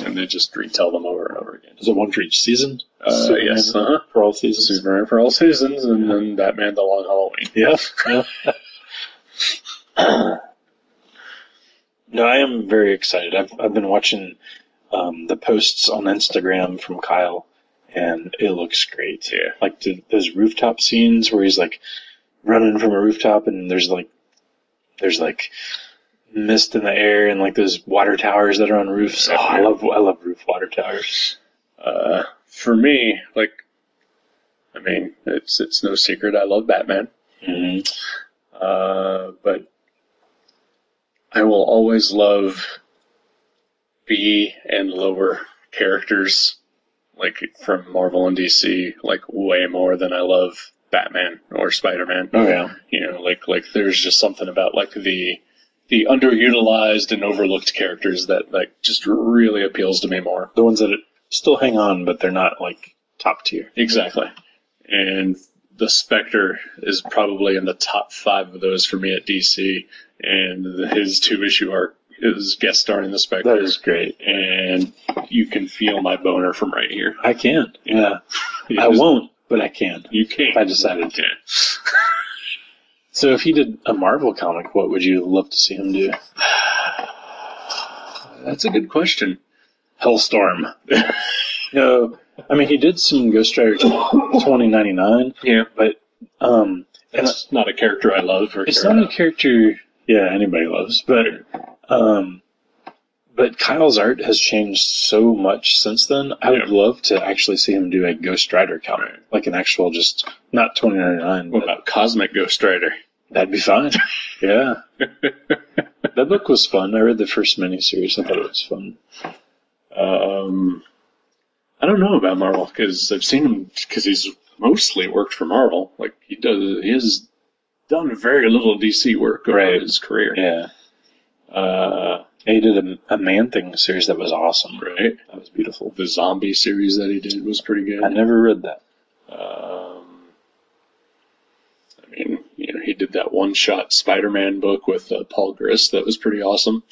and they just retell them over and over again. Is it one for each season? Uh, Superman yes, uh-huh. For all seasons? Superman for all seasons, and then Batman: The Long Halloween. Yeah. yeah. [CLEARS THROAT] no, I am very excited. I've, I've been watching um, the posts on Instagram from Kyle, and it looks great. Yeah. Like the, those rooftop scenes where he's like running from a rooftop, and there's like there's like mist in the air, and like those water towers that are on roofs. Oh, I love I love roof water towers. Uh, for me, like, I mean, it's it's no secret I love Batman, Mm-hmm. uh, but I will always love B and lower characters, like from Marvel and DC, like way more than I love Batman or Spider Man. Oh yeah. You know, like like there's just something about like the the underutilized and overlooked characters that like just really appeals to me more. The ones that still hang on, but they're not like top tier. Exactly. And the Spectre is probably in the top five of those for me at DC. And his two issue arc is guest starring the Spectre. That is great. And you can feel my boner from right here. I can. Yeah. It I is- won't, but I can. You can't. I decided to. So if he did a Marvel comic, what would you love to see him do? That's a good question. Hellstorm. [LAUGHS] no, I mean he did some Ghost Rider twenty ninety nine, Yeah. but um, and That's not a character I love. Or it's not a character. Yeah, anybody loves, but um, but Kyle's art has changed so much since then. I would Yeah. love to actually see him do a Ghost Rider comic, Right. like an actual just not twenty ninety nine. What but about Cosmic Ghost Rider? That'd be fun. [LAUGHS] Yeah. that book was fun. I read the first miniseries. I thought it was fun. Um, I don't know about Marvel because I've seen him because he's mostly worked for Marvel. Like he does, he has done very little DC work over Right. his career. Yeah. Uh, He did a, a Man Thing series that was awesome. right. That was beautiful. The zombie series that he did was pretty good. I never read that. Um, I mean, you know, he did that one-shot Spider-Man book with uh, Paul Grist that was pretty awesome.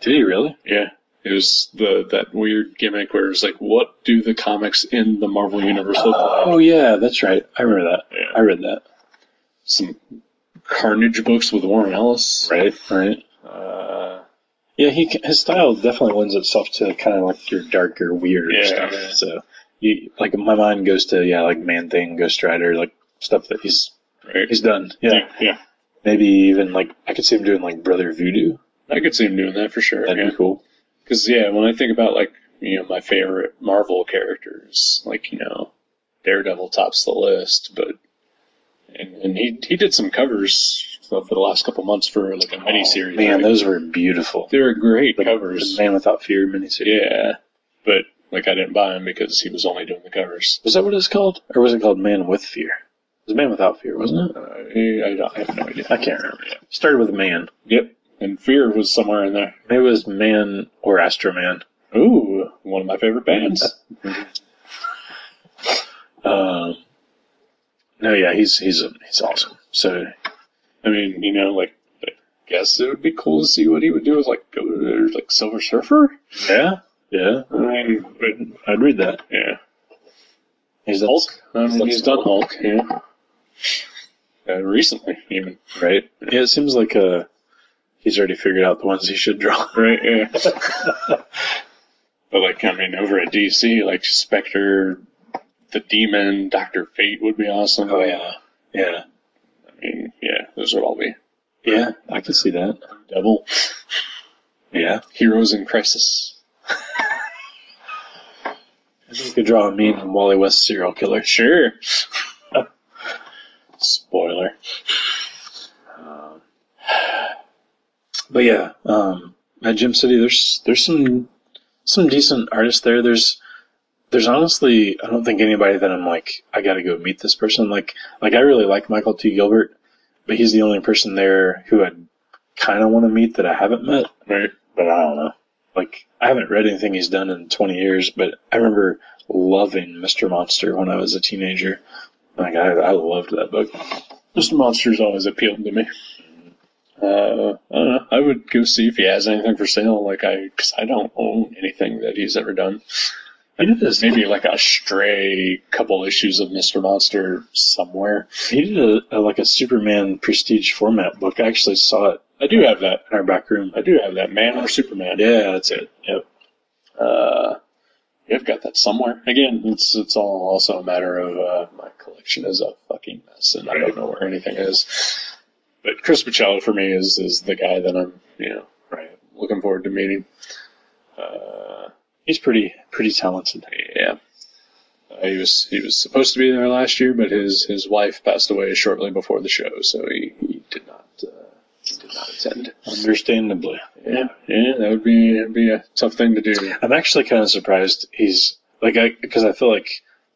Did he really? Yeah. It was the that weird gimmick where it was like, what do the comics in the Marvel universe look like? Oh yeah, that's right. I remember that. Yeah. I read that. some Carnage books with Warren Ellis. Right. Right. Uh, Yeah, he ca- his style definitely lends itself to kind of like your darker, weird Yeah, stuff. yeah. So, you like my mind goes to yeah, like Man Thing, Ghost Rider, like stuff that he's right. he's done. yeah. yeah, yeah. Maybe even like I could see him doing like Brother Voodoo. I could see him doing that for sure. That'd be cool. Because yeah. when I think about like you know my favorite Marvel characters, like you know Daredevil tops the list, but and, and he he did some covers for the last couple months for like a mini series. Oh, Man, those were beautiful. they were great The- covers. The Man Without Fear miniseries. Yeah, but like I didn't buy him because he was only doing the covers. Was that what it's called? Or was it called Man with Fear? It was Man Without Fear, wasn't it? Uh, I, I don't, I have no idea. I can't remember. Started with Man. Yep, and Fear was somewhere in there. Maybe it was Man or Astro Man. Ooh, one of my favorite bands. Um, no, yeah, he's he's he's awesome. So I mean, you know, like I guess it would be cool to see what he would do with like go to like Silver Surfer. yeah, yeah, I mean, but I'd read that. yeah, He's Hulk. I mean, he's done Hulk. Yeah, uh, recently even. right. Yeah, it seems like uh, he's already figured out the ones he should draw. [LAUGHS] Right. Yeah. but like, I mean, over at DC, like Spectre, the Demon, Doctor Fate would be awesome. Oh, yeah, I mean, yeah, those would all be yeah. I can see that. Devil Yeah, Heroes in Crisis. I think you could draw a mean Wally West serial killer. [LAUGHS] Sure. Spoiler. Um, But yeah, um, at Gym City, there's there's some some decent artists there. There's there's honestly, I don't think anybody that I'm like, I gotta go meet this person. Like like I really like Michael T. Gilbert, but he's the only person there who I kind of want to meet that I haven't met. Right. But I don't know. Like I haven't read anything he's done in 20 years, but I remember loving Mr. Monster when I was a teenager. Like I, I loved that book. Mr. Monster's always appealed to me. Uh, I don't know. I would go see if he has anything for sale. Like I, because I don't own anything that he's ever done. He did this. Maybe like a stray couple issues of Mr. Monster somewhere. He did a, a like a Superman prestige format book. I actually saw it I do have that. in our back room. I do have that. Man or Superman. Yeah, that's it. Yep. Uh, yeah, I've got that somewhere. Again, it's it's all also a matter of uh, my collection is a fucking mess, and I don't know where anything is. But Chris Pacello for me is is the guy that I'm you know Right. looking forward to meeting. Uh, He's pretty pretty talented. yeah, Uh, he was he was supposed to be there last year, but his his wife passed away shortly before the show, so he, he did not uh, he did not attend. Understandably. Yeah, yeah, that would be that'd be a tough thing to do. I'm actually kind of surprised he's like I because I feel like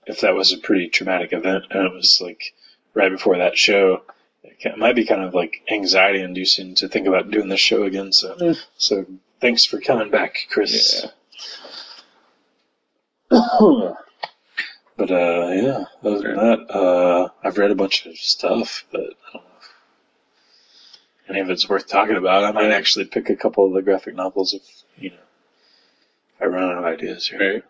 if that was a pretty traumatic event and it was like right before that show, it, ki- it might be kind of like anxiety inducing to think about doing this show again. So Mm. so thanks for coming back, Chris. Yeah. [CLEARS THROAT] Uh, But uh, yeah, other than that, uh, I've read a bunch of stuff, but I don't know if any of it's worth talking about. I might actually pick a couple of the graphic novels if you know if I run out of ideas here. Right.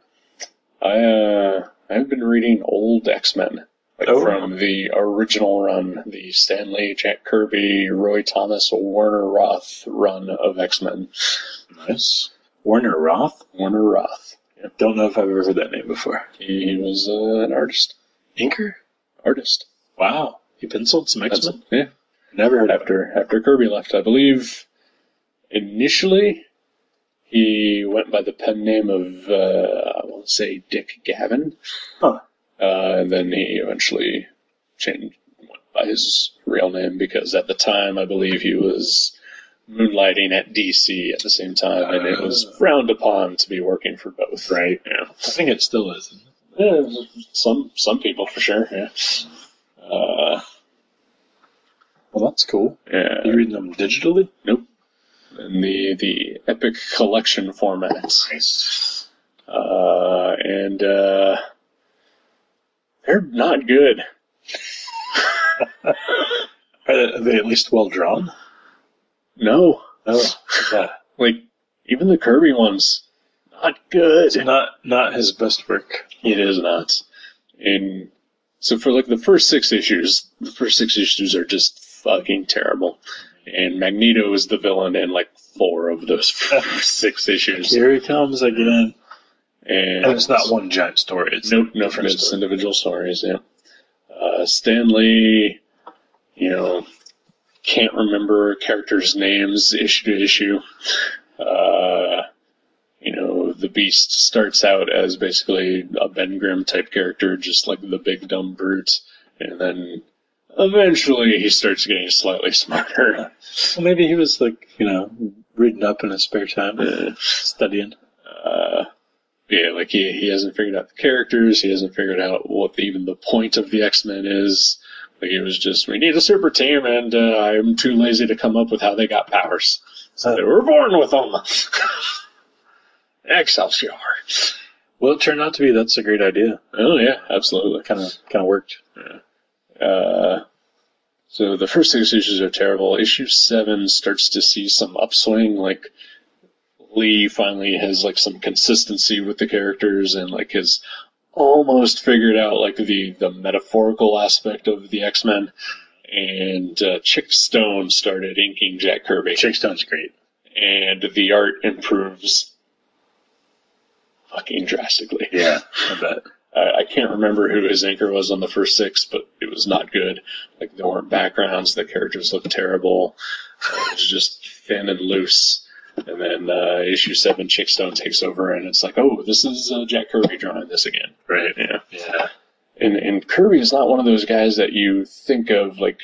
I uh I've been reading old X Men. Like Oh. from the original run, the Stanley, Jack Kirby, Roy Thomas, Warner Roth run of X Men. Nice. Warner Roth. Warner Roth. Don't know if I've ever heard that name before. He, he was uh, an artist. Inker. Artist. Wow. He penciled some X That's Men. yeah. Never heard of it. After after Kirby left, I believe initially he went by the pen name of uh, I want to say Dick Gavin. Huh. Uh, and then he eventually changed went by his real name because at the time I believe he was moonlighting at DC at the same time, and it was Ah. frowned upon to be working for both. Right. Yeah. I think it still is. isn't it? Yeah, some some people for sure. Yeah. Uh, Well, that's cool. yeah. Are you reading them digitally? in the the epic collection format. Nice. Uh, and uh, they're not good. Are they, are they at least well drawn? No, [LAUGHS] Oh, yeah. like even the Kirby ones, not It's good. not not his best work. It is not. And so for like the first six issues, the first six issues are just fucking terrible. And Magneto is the villain in like four of those [LAUGHS] first six issues. Here he comes again. And, And it's not one giant story. It's Nope, no different it's story. individual stories. Yeah, uh, Stanley, you know, can't remember characters' names issue to issue. Uh, you know, the Beast starts out as basically a Ben Grimm type character, just like the big dumb brute, and then eventually he starts getting slightly [LAUGHS] smarter. Well, maybe he was like you know reading up in his spare time, Uh, studying. uh, yeah, like he, he hasn't figured out the characters. He hasn't figured out what the, even the point of the X Men is. Like it was just we need a super team, and uh, I'm too lazy to come up with how they got powers, Uh. so they were born with them. [LAUGHS] Excelsior! Well, it turned out to be that's a great idea. Oh yeah, absolutely. Kind of kind of worked. Uh, so the first six issues are terrible. Issue seven starts to see some upswing, like Lee finally has like some consistency with the characters and like has almost figured out like the the metaphorical aspect of the X Men. And uh, Chick Stone started inking Jack Kirby, Chickstone's great. and the art improves fucking drastically. Yeah, I bet. I, I can't remember who his anchor was on the first six, but it was not good. Like there weren't backgrounds, the characters looked terrible. Uh, it was just thin and loose. And then uh, issue seven, Chickstone takes over, and it's like, oh, this is uh, Jack Kirby drawing this again, Right. Yeah. Yeah. And and Kirby is not one of those guys that you think of like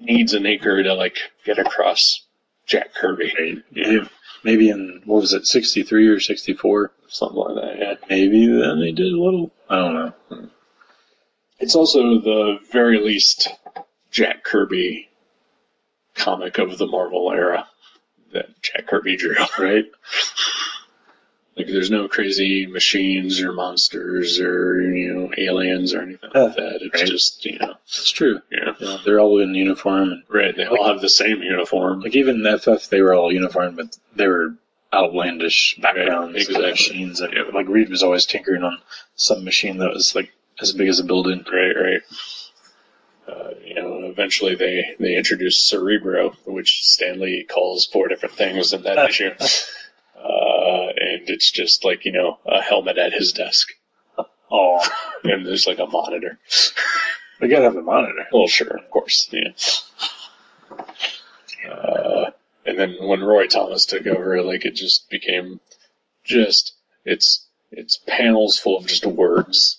needs an anchor to like get across Jack Kirby, Right. Maybe, maybe in what was it, sixty three or sixty four? something like that. Yeah. Maybe then they did a little. I don't know. It's also the very least Jack Kirby comic of the Marvel era that Jack Kirby drew. [LAUGHS] Right. Like, there's no crazy machines or monsters or, you know, aliens or anything like that. It's Right. just, you know, It's true. yeah. Yeah, they're all in uniform and Right, they all have the same uniform. Like even in FF, they were all uniform, but they were outlandish backgrounds, Right, exactly. and machines. And, Like Reed was always tinkering on some machine that was like as big as a building. Right, right. Uh, you know, eventually they, they introduced Cerebro, which Stanley calls four different things in [LAUGHS] that issue. Uh, and it's just like, you know, a helmet at his desk. Oh, and there's like a monitor. we gotta have a monitor. Well, sure, of course, yeah. Uh, and then when Roy Thomas took over, like it just became just it's it's panels full of just words.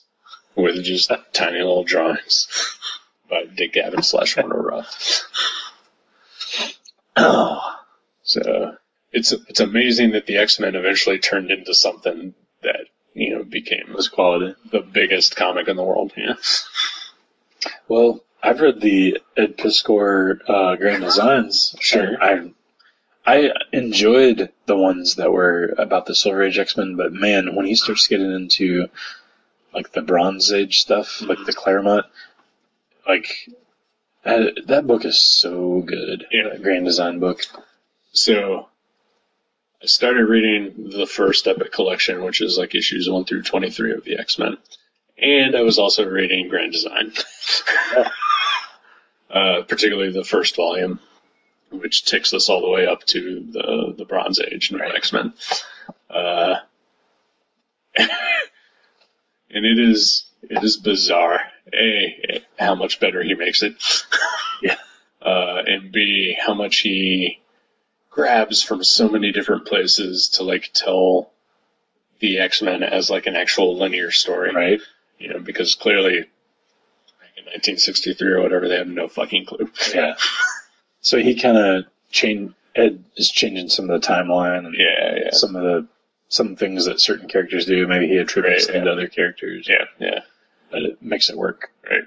with just tiny little drawings by Dick Gavin slash Warner Roth. Oh, So it's it's amazing that the X Men eventually turned into something that you know became was quality. the biggest comic in the world. Yeah, [LAUGHS] Well, I've read the Ed Piscor uh, Grand Designs. Sure. and I I enjoyed the ones that were about the Silver Age X Men, but man, when he starts getting into like the Bronze Age stuff, Mm-hmm. like the Claremont, like that, that book is so good. Yeah. That Grand Design book. so I started reading the first Epic Collection, which is like issues one through twenty three of the X Men, and I was also reading Grand Design, [LAUGHS] uh, particularly the first volume, which takes us all the way up to the the Bronze Age and Right. X Men. Uh, [LAUGHS] and it is it is bizarre. A, how much better he makes it. Yeah. Uh, and B, how much he grabs from so many different places to like tell the X Men as like an actual linear story. Right. You know, because clearly like, in 1963 or whatever, they have no fucking clue. Yeah. so he kind of change Ed is changing some of the timeline and [LAUGHS] Yeah. Yeah. some of the some things that certain characters do. Maybe he attributes Right, them to yeah. other characters. Yeah. Yeah. but it makes it work. Right.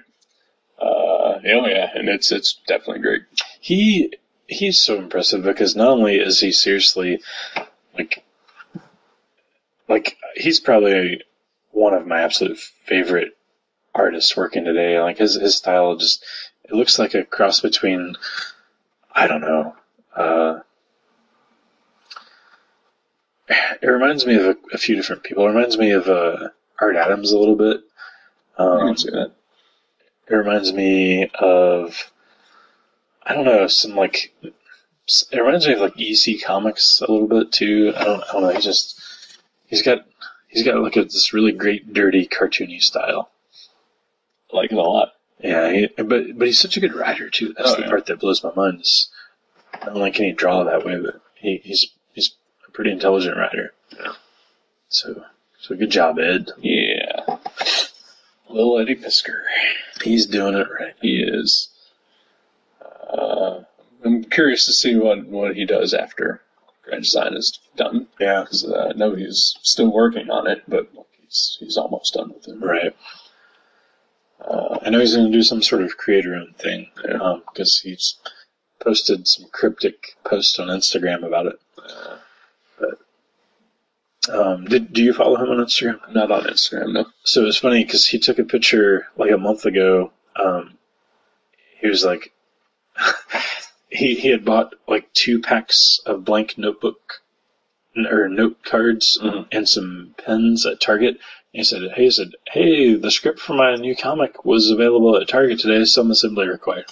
Uh, yeah, oh yeah, and it's it's definitely great. He he's so impressive because not only is he seriously like like he's probably one of my absolute favorite artists working today. Like his his style just it looks like a cross between I don't know. Uh, it reminds me of a, a few different people. It reminds me of uh, Art Adams a little bit. I Um, can see that. it reminds me of I don't know some like it reminds me of like EC Comics a little bit too. I don't, I don't know. He just he's got he's got like a, this really great dirty cartoony style. I like it a lot. Yeah, he, but but he's such a good writer too. That's Oh, the yeah. part that blows my mind. Is not only can he draw that way, but he, he's he's a pretty intelligent writer. Yeah. So so good job, Ed. Yeah, little Eddie Pisker. He's doing it right. He is. Uh, I'm curious to see what, what he does after Grand Design is done Yeah. because uh, I know he's still working on it, but like, he's he's almost done with it. Right. Uh, I know he's going to do some sort of creator-owned thing Yeah. because he's posted some cryptic posts on Instagram about it. But um, did do you follow him on Instagram? Not on Instagram, no. So it's funny because he took a picture like a month ago. Um, he was like, [LAUGHS] he he had bought like two packs of blank notebook n- or note cards Mhm. and some pens at Target. And he said, "Hey, he said, hey, the script for my new comic was available at Target today. Some assembly required."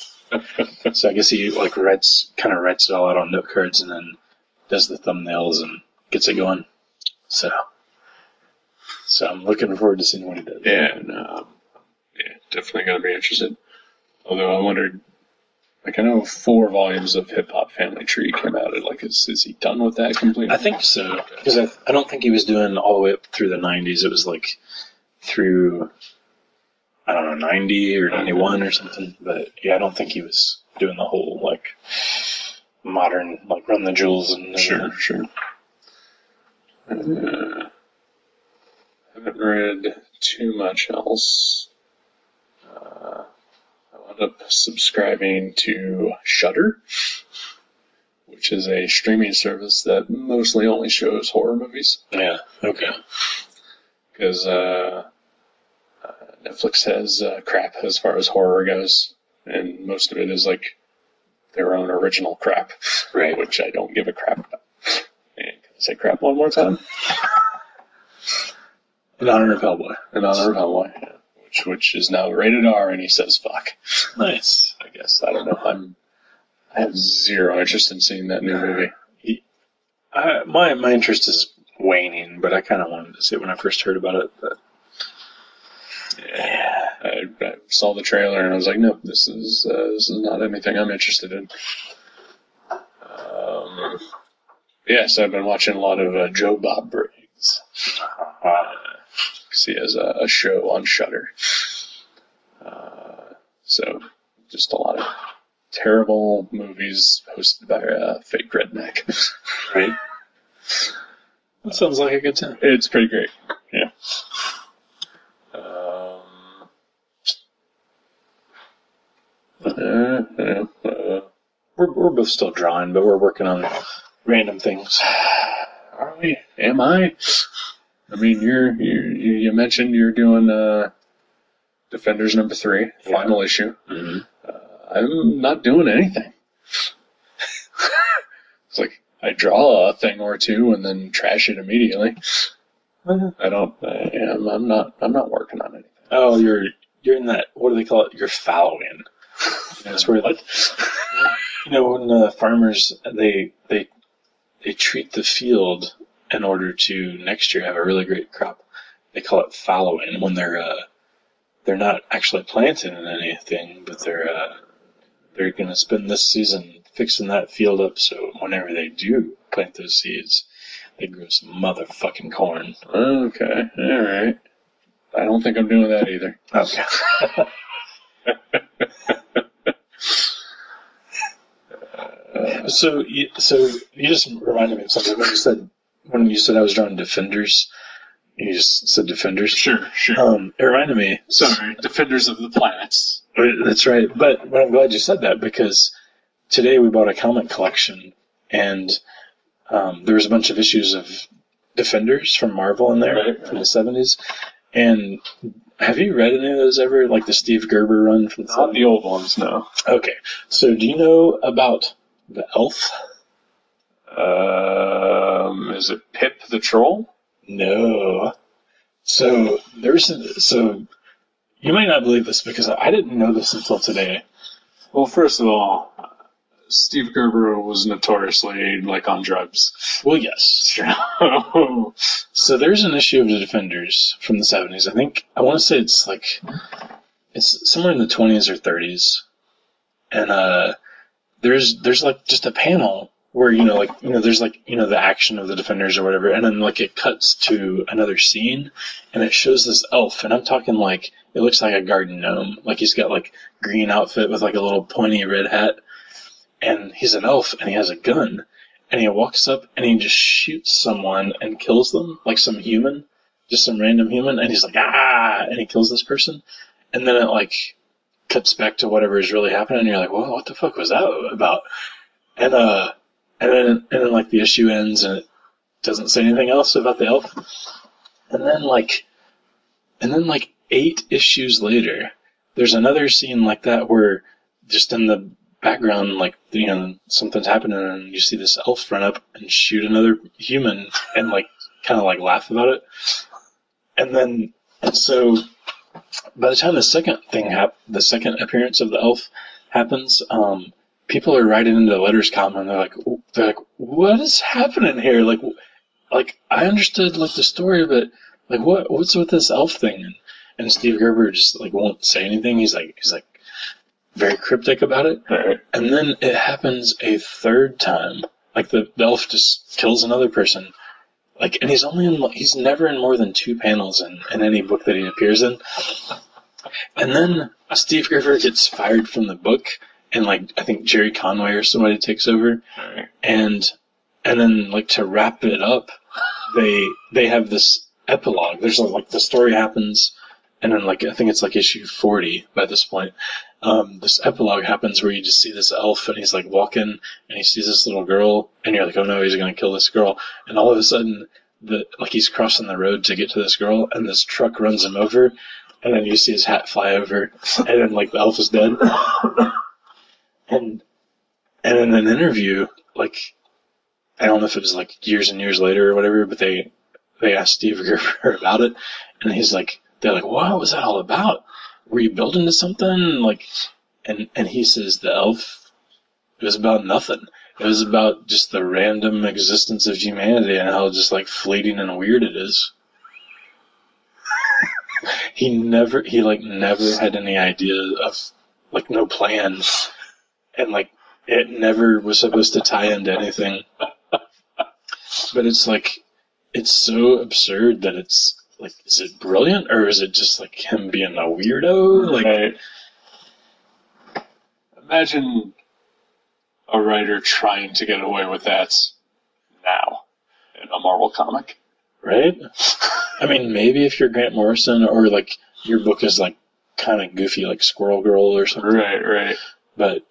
so I guess he like writes kind of writes it all out on note cards and then does the thumbnails and gets it going. So. So I'm looking forward to seeing what he does. Yeah, no. Yeah, definitely going to be interested. Although I wondered, like, I know four volumes of Hip Hop Family Tree came out. and, Like, is, is he done with that completely? I think so because I, I don't think he was doing all the way up through the '90s. It was like through I don't know '90 or '91 or something. But yeah, I don't think he was doing the whole like modern like Run the Jewels and Sure, sure. Uh, haven't read too much else. Uh, I wound up subscribing to Shudder, which is a streaming service that mostly only shows horror movies yeah okay because uh, uh, Netflix has uh, crap as far as horror goes, and most of it is like their own original crap, [LAUGHS] Right. Which I don't give a crap about. And can I say crap one more time in honor of Hellboy. in honor of Hellboy, yeah. which which is now rated R, and he says fuck. Nice. I guess I don't know. I'm I have zero interest in seeing that new movie. I, my my interest is waning, but I kind of wanted to see it when I first heard about it. But yeah, I, I saw the trailer and I was like, nope, this is uh, this is not anything I'm interested in. Um, yes, I've been watching a lot of uh, Joe Bob Briggs. because he has a, a show on Shutter. Uh, so just a lot of terrible movies hosted by a fake redneck. [LAUGHS] Right. That sounds like a good time. It's pretty great. Yeah. Um, [LAUGHS] uh, uh, uh, We're, we're both still drawing, but we're working on random things. are we? Am I? I mean, you're you you you mentioned you're doing uh, Defenders number three, Yeah. final issue. I'm not doing anything. [LAUGHS] it's like I draw a thing or two and then trash it immediately. Uh, I don't. I, am I'm not. I'm not working on anything. Oh, you're you're in that. What do they call it? You're following. That's where like [LAUGHS] you know when uh, farmers they they they treat the field in order to next year have a really great crop. They call it following when they're uh, they're not actually planting anything, but they're uh, they're going to spend this season fixing that field up so whenever they do plant those seeds, they grow some motherfucking corn. Okay. All right. I don't think I'm doing that either. Okay. [LAUGHS] so, you, so you just reminded me of something when you said when you said I was drawing defenders. You just said defenders. Sure. Sure. Um, it reminded me. Sorry, Defenders of the Planets. That's right. But, but I'm glad you said that because today we bought a comic collection and um, there was a bunch of issues of Defenders from Marvel in there Right. from the 70s. And have you read any of those ever? Like the Steve Gerber run from the Not 70s? the old ones, no. Okay. So do you know about the elf? Um, is it Pip the Troll? No. So there's so you may not believe this because I didn't know this until today. Well, first of all, Steve Gerber was notoriously like on drugs. [LAUGHS] Well, yes. So there's an issue of the Defenders from the 70s. I think I want to say it's like it's somewhere in the 20s or 30s, and uh, there's there's like just a panel where you know like you know there's like you know the action of the Defenders or whatever, and then like it cuts to another scene, and it shows this elf, and I'm talking like it looks like a garden gnome, like he's got like green outfit with like a little pointy red hat, and he's an elf and he has a gun and he walks up and he just shoots someone and kills them, like some human, just some random human, and he's like, ah, and he kills this person. And then it like cuts back to whatever is really happening, and you're like, well, what the fuck was that about? And, uh, and then, and then like the issue ends and it doesn't say anything else about the elf. And then like, and then like eight issues later, there's another scene like that where just in the background, like you know, something's happening, and you see this elf run up and shoot another human, and like kind of like laugh about it, and then and so by the time the second thing hap- the second appearance of the elf happens, um, people are writing into the letters column, and they're like, w- they're like, what is happening here? Like, w- like I understood like the story, but like what what's with this elf thing? And, and Steve Gerber just like won't say anything. He's like he's like very cryptic about it. Alright. And then it happens a third time. Like the, the elf just kills another person. Like, and he's only in, he's never in more than two panels in, in any book that he appears in. And then Steve Griffith gets fired from the book, and like, I think Jerry Conway or somebody takes over Alright. and and then like to wrap it up they they have this epilogue there's like the story happens and then like i think it's like issue 40 by this point um, this epilogue happens where you just see this elf and he's like walking and he sees this little girl and you're like oh no he's going to kill this girl and all of a sudden the like he's crossing the road to get to this girl and this truck runs him over and then you see his hat fly over and then like the elf is dead and and in an interview, like I don't know if it was like years and years later or whatever, but they they asked Steve Gerber [LAUGHS] about it, and he's like, they're like, what was that all about? Were you building to something? Like, and and he says the elf, it was about nothing. It was about just the random existence of humanity and how just like fleeting and weird it is. he never, he like never had any idea of like no plan, and like it never was supposed to tie into anything. But it's like it's so absurd that it's like, is it brilliant or is it just like him being a weirdo? Like, Right. Imagine a writer trying to get away with that now in a Marvel comic. [LAUGHS] right? I mean, maybe if you're Grant Morrison or like your book is like kind of goofy, like Squirrel Girl or something. Right, right. But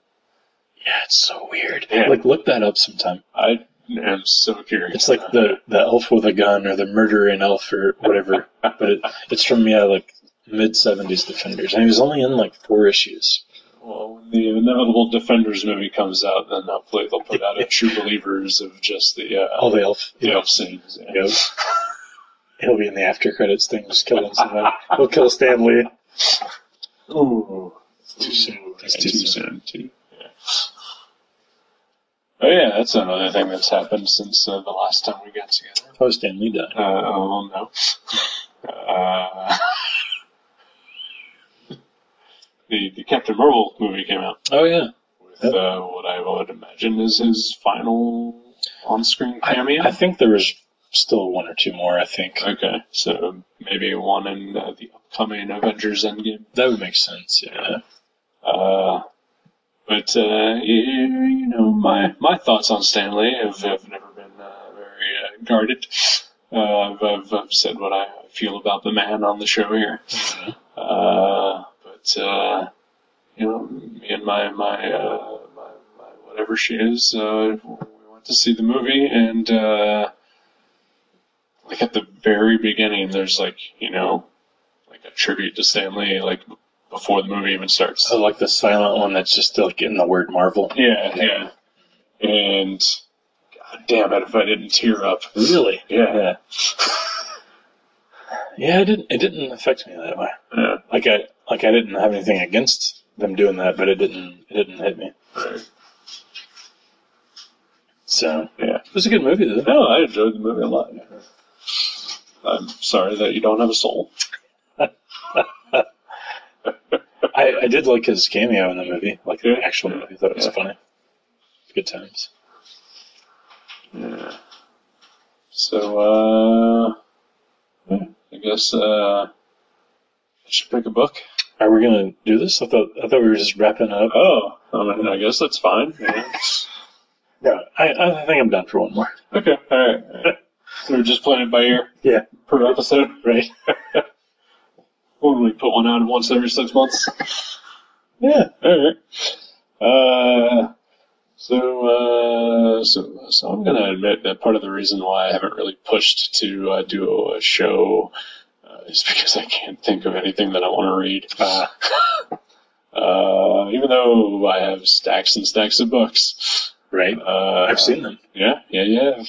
yeah, it's so weird. Yeah. Like, look that up sometime. I am so curious. It's like the the elf with a gun or the murdering elf or whatever. but it, it's from yeah, like mid seventies Defenders, and he was only in like four issues. Well, when the inevitable Defenders movie comes out, then hopefully they'll put out a True Believers of just the uh, All the elf, the you know, elf scenes. Yep. he'll be in the after credits thing, just killing someone. he'll kill Stanley. Ooh. Too soon. That's too soon. too. Yeah. Oh yeah, that's another thing that's happened since uh, the last time we got together. Oh, Stanley died. Uh, oh no. [LAUGHS] Uh, the the Captain Marvel movie came out Oh yeah, with uh, what I would imagine is his final on-screen I, cameo. I think there was still one or two more. I think okay, so maybe one in uh, the upcoming Avengers Endgame. that would make sense. Yeah. Uh, but uh, y- you know, my my thoughts on Stanley have, have never been uh, very uh, guarded. Uh, I've, I've, I've said what I feel about the man on the show here. Uh, but uh, you know, me and my my, uh, my my whatever she is, uh, we went to see the movie, and uh, like at the very beginning, there's like you know, like a tribute to Stanley, like b- before the movie even starts. So like the silent one that's just like in the word Marvel. Yeah, yeah. And god damn it if I didn't tear up. Really? Yeah. Yeah. Yeah, it didn't. It didn't affect me that way. yeah. Like I, like I didn't have anything against them doing that, but it didn't. It didn't hit me. Right. So Yeah. it was a good movie though. No, I enjoyed the movie a lot. I'm sorry that you don't have a soul. I, I did like his cameo in the movie, like Yeah. the actual movie. I thought it was Yeah. funny. Good times. Yeah. So uh yeah, I guess uh I should pick a book. Are we gonna do this? I thought I thought we were just wrapping it up. Oh, I mean I guess that's fine. Yeah. No, I, I think I'm done for one more. Okay, alright. So we're just playing it by ear Yeah. per episode. Right. We'll only put one out once every six months. Yeah. Alright. Uh, so, uh, so, so I'm going to admit that part of the reason why I haven't really pushed to uh, do a show uh, is [LAUGHS] because I can't think of anything that I want to read. Uh, Uh, even though I have stacks and stacks of books. right. Uh, I've seen them. Yeah, yeah, yeah.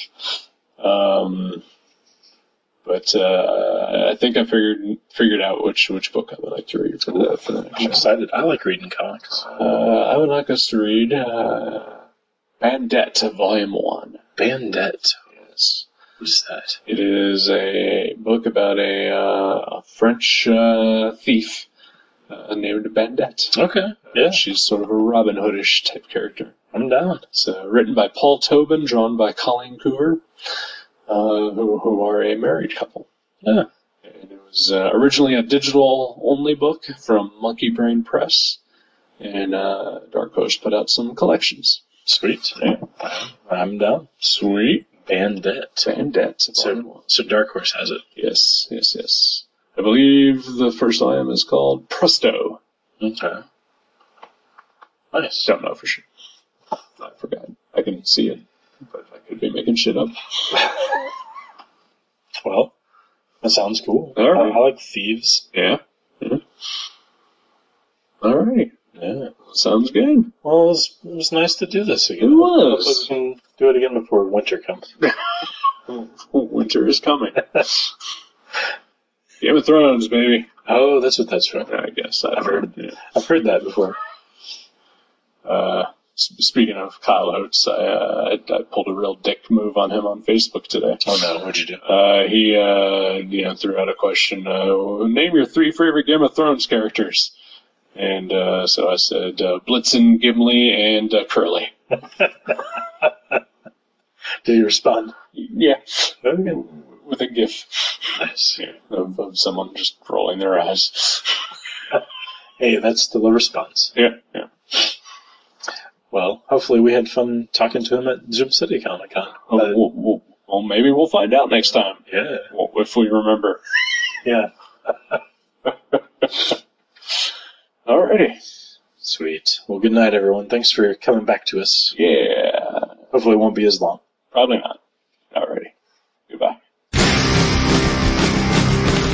Um, but uh, I think I figured figured out which which book I would like to read for the for the next I'm show. excited. I like reading comics. Uh, I would like us to read uh, Bandette, Volume 1. Bandit. Yes. Who's that? It is a book about a, uh, a French uh, thief uh, named Bandette. Okay. Yeah. She's sort of a Robin Hoodish type character. I'm down. It's uh, written by Paul Tobin, drawn by Colleen Coover, uh, who, who are a married couple. Yeah. And it was uh, originally a digital only book from Monkey Brain Press, and uh, Dark Horse put out some collections. Sweet. Yeah. I'm down. Sweet. Bandit. Bandits. So, so Dark Horse has it. yes, yes, yes. I believe the first volume is called Presto. Okay. Nice. Don't know for sure. I forgot. I can see it, but I could be making shit up. Well, that sounds cool. All right. I, I like thieves. Yeah. yeah. All right. Yeah. Sounds good. Well, it was, it was nice to do this again. It was. Hopefully we can do it again before winter comes. Winter is coming. Game of Thrones, baby. Oh, that's what that's from. I guess I've heard. Yeah. I've heard that before. Uh, s- speaking of Kyle Oates, I, uh, I, I pulled a real dick move on him on Facebook today. Oh no, what'd you do? Uh, he, uh, you know, threw out a question, uh, name your three favorite Game of Thrones characters. And, uh, so I said, uh, Blitzen, Gimli, and, uh, Curly. Did he respond? Yeah. Okay. with a GIF Nice. of, of someone just rolling their eyes. [LAUGHS] Hey, that's still a response. Yeah, yeah. Well, hopefully we had fun talking to him at Zoom City Comic Con. Well, Oh, we'll, we'll, well, maybe we'll find out next time Uh, yeah, well, if we remember. yeah. Alrighty. Sweet. Well, good night, everyone. Thanks for coming back to us. Yeah, Hopefully it won't be as long. probably not. Alrighty. Goodbye.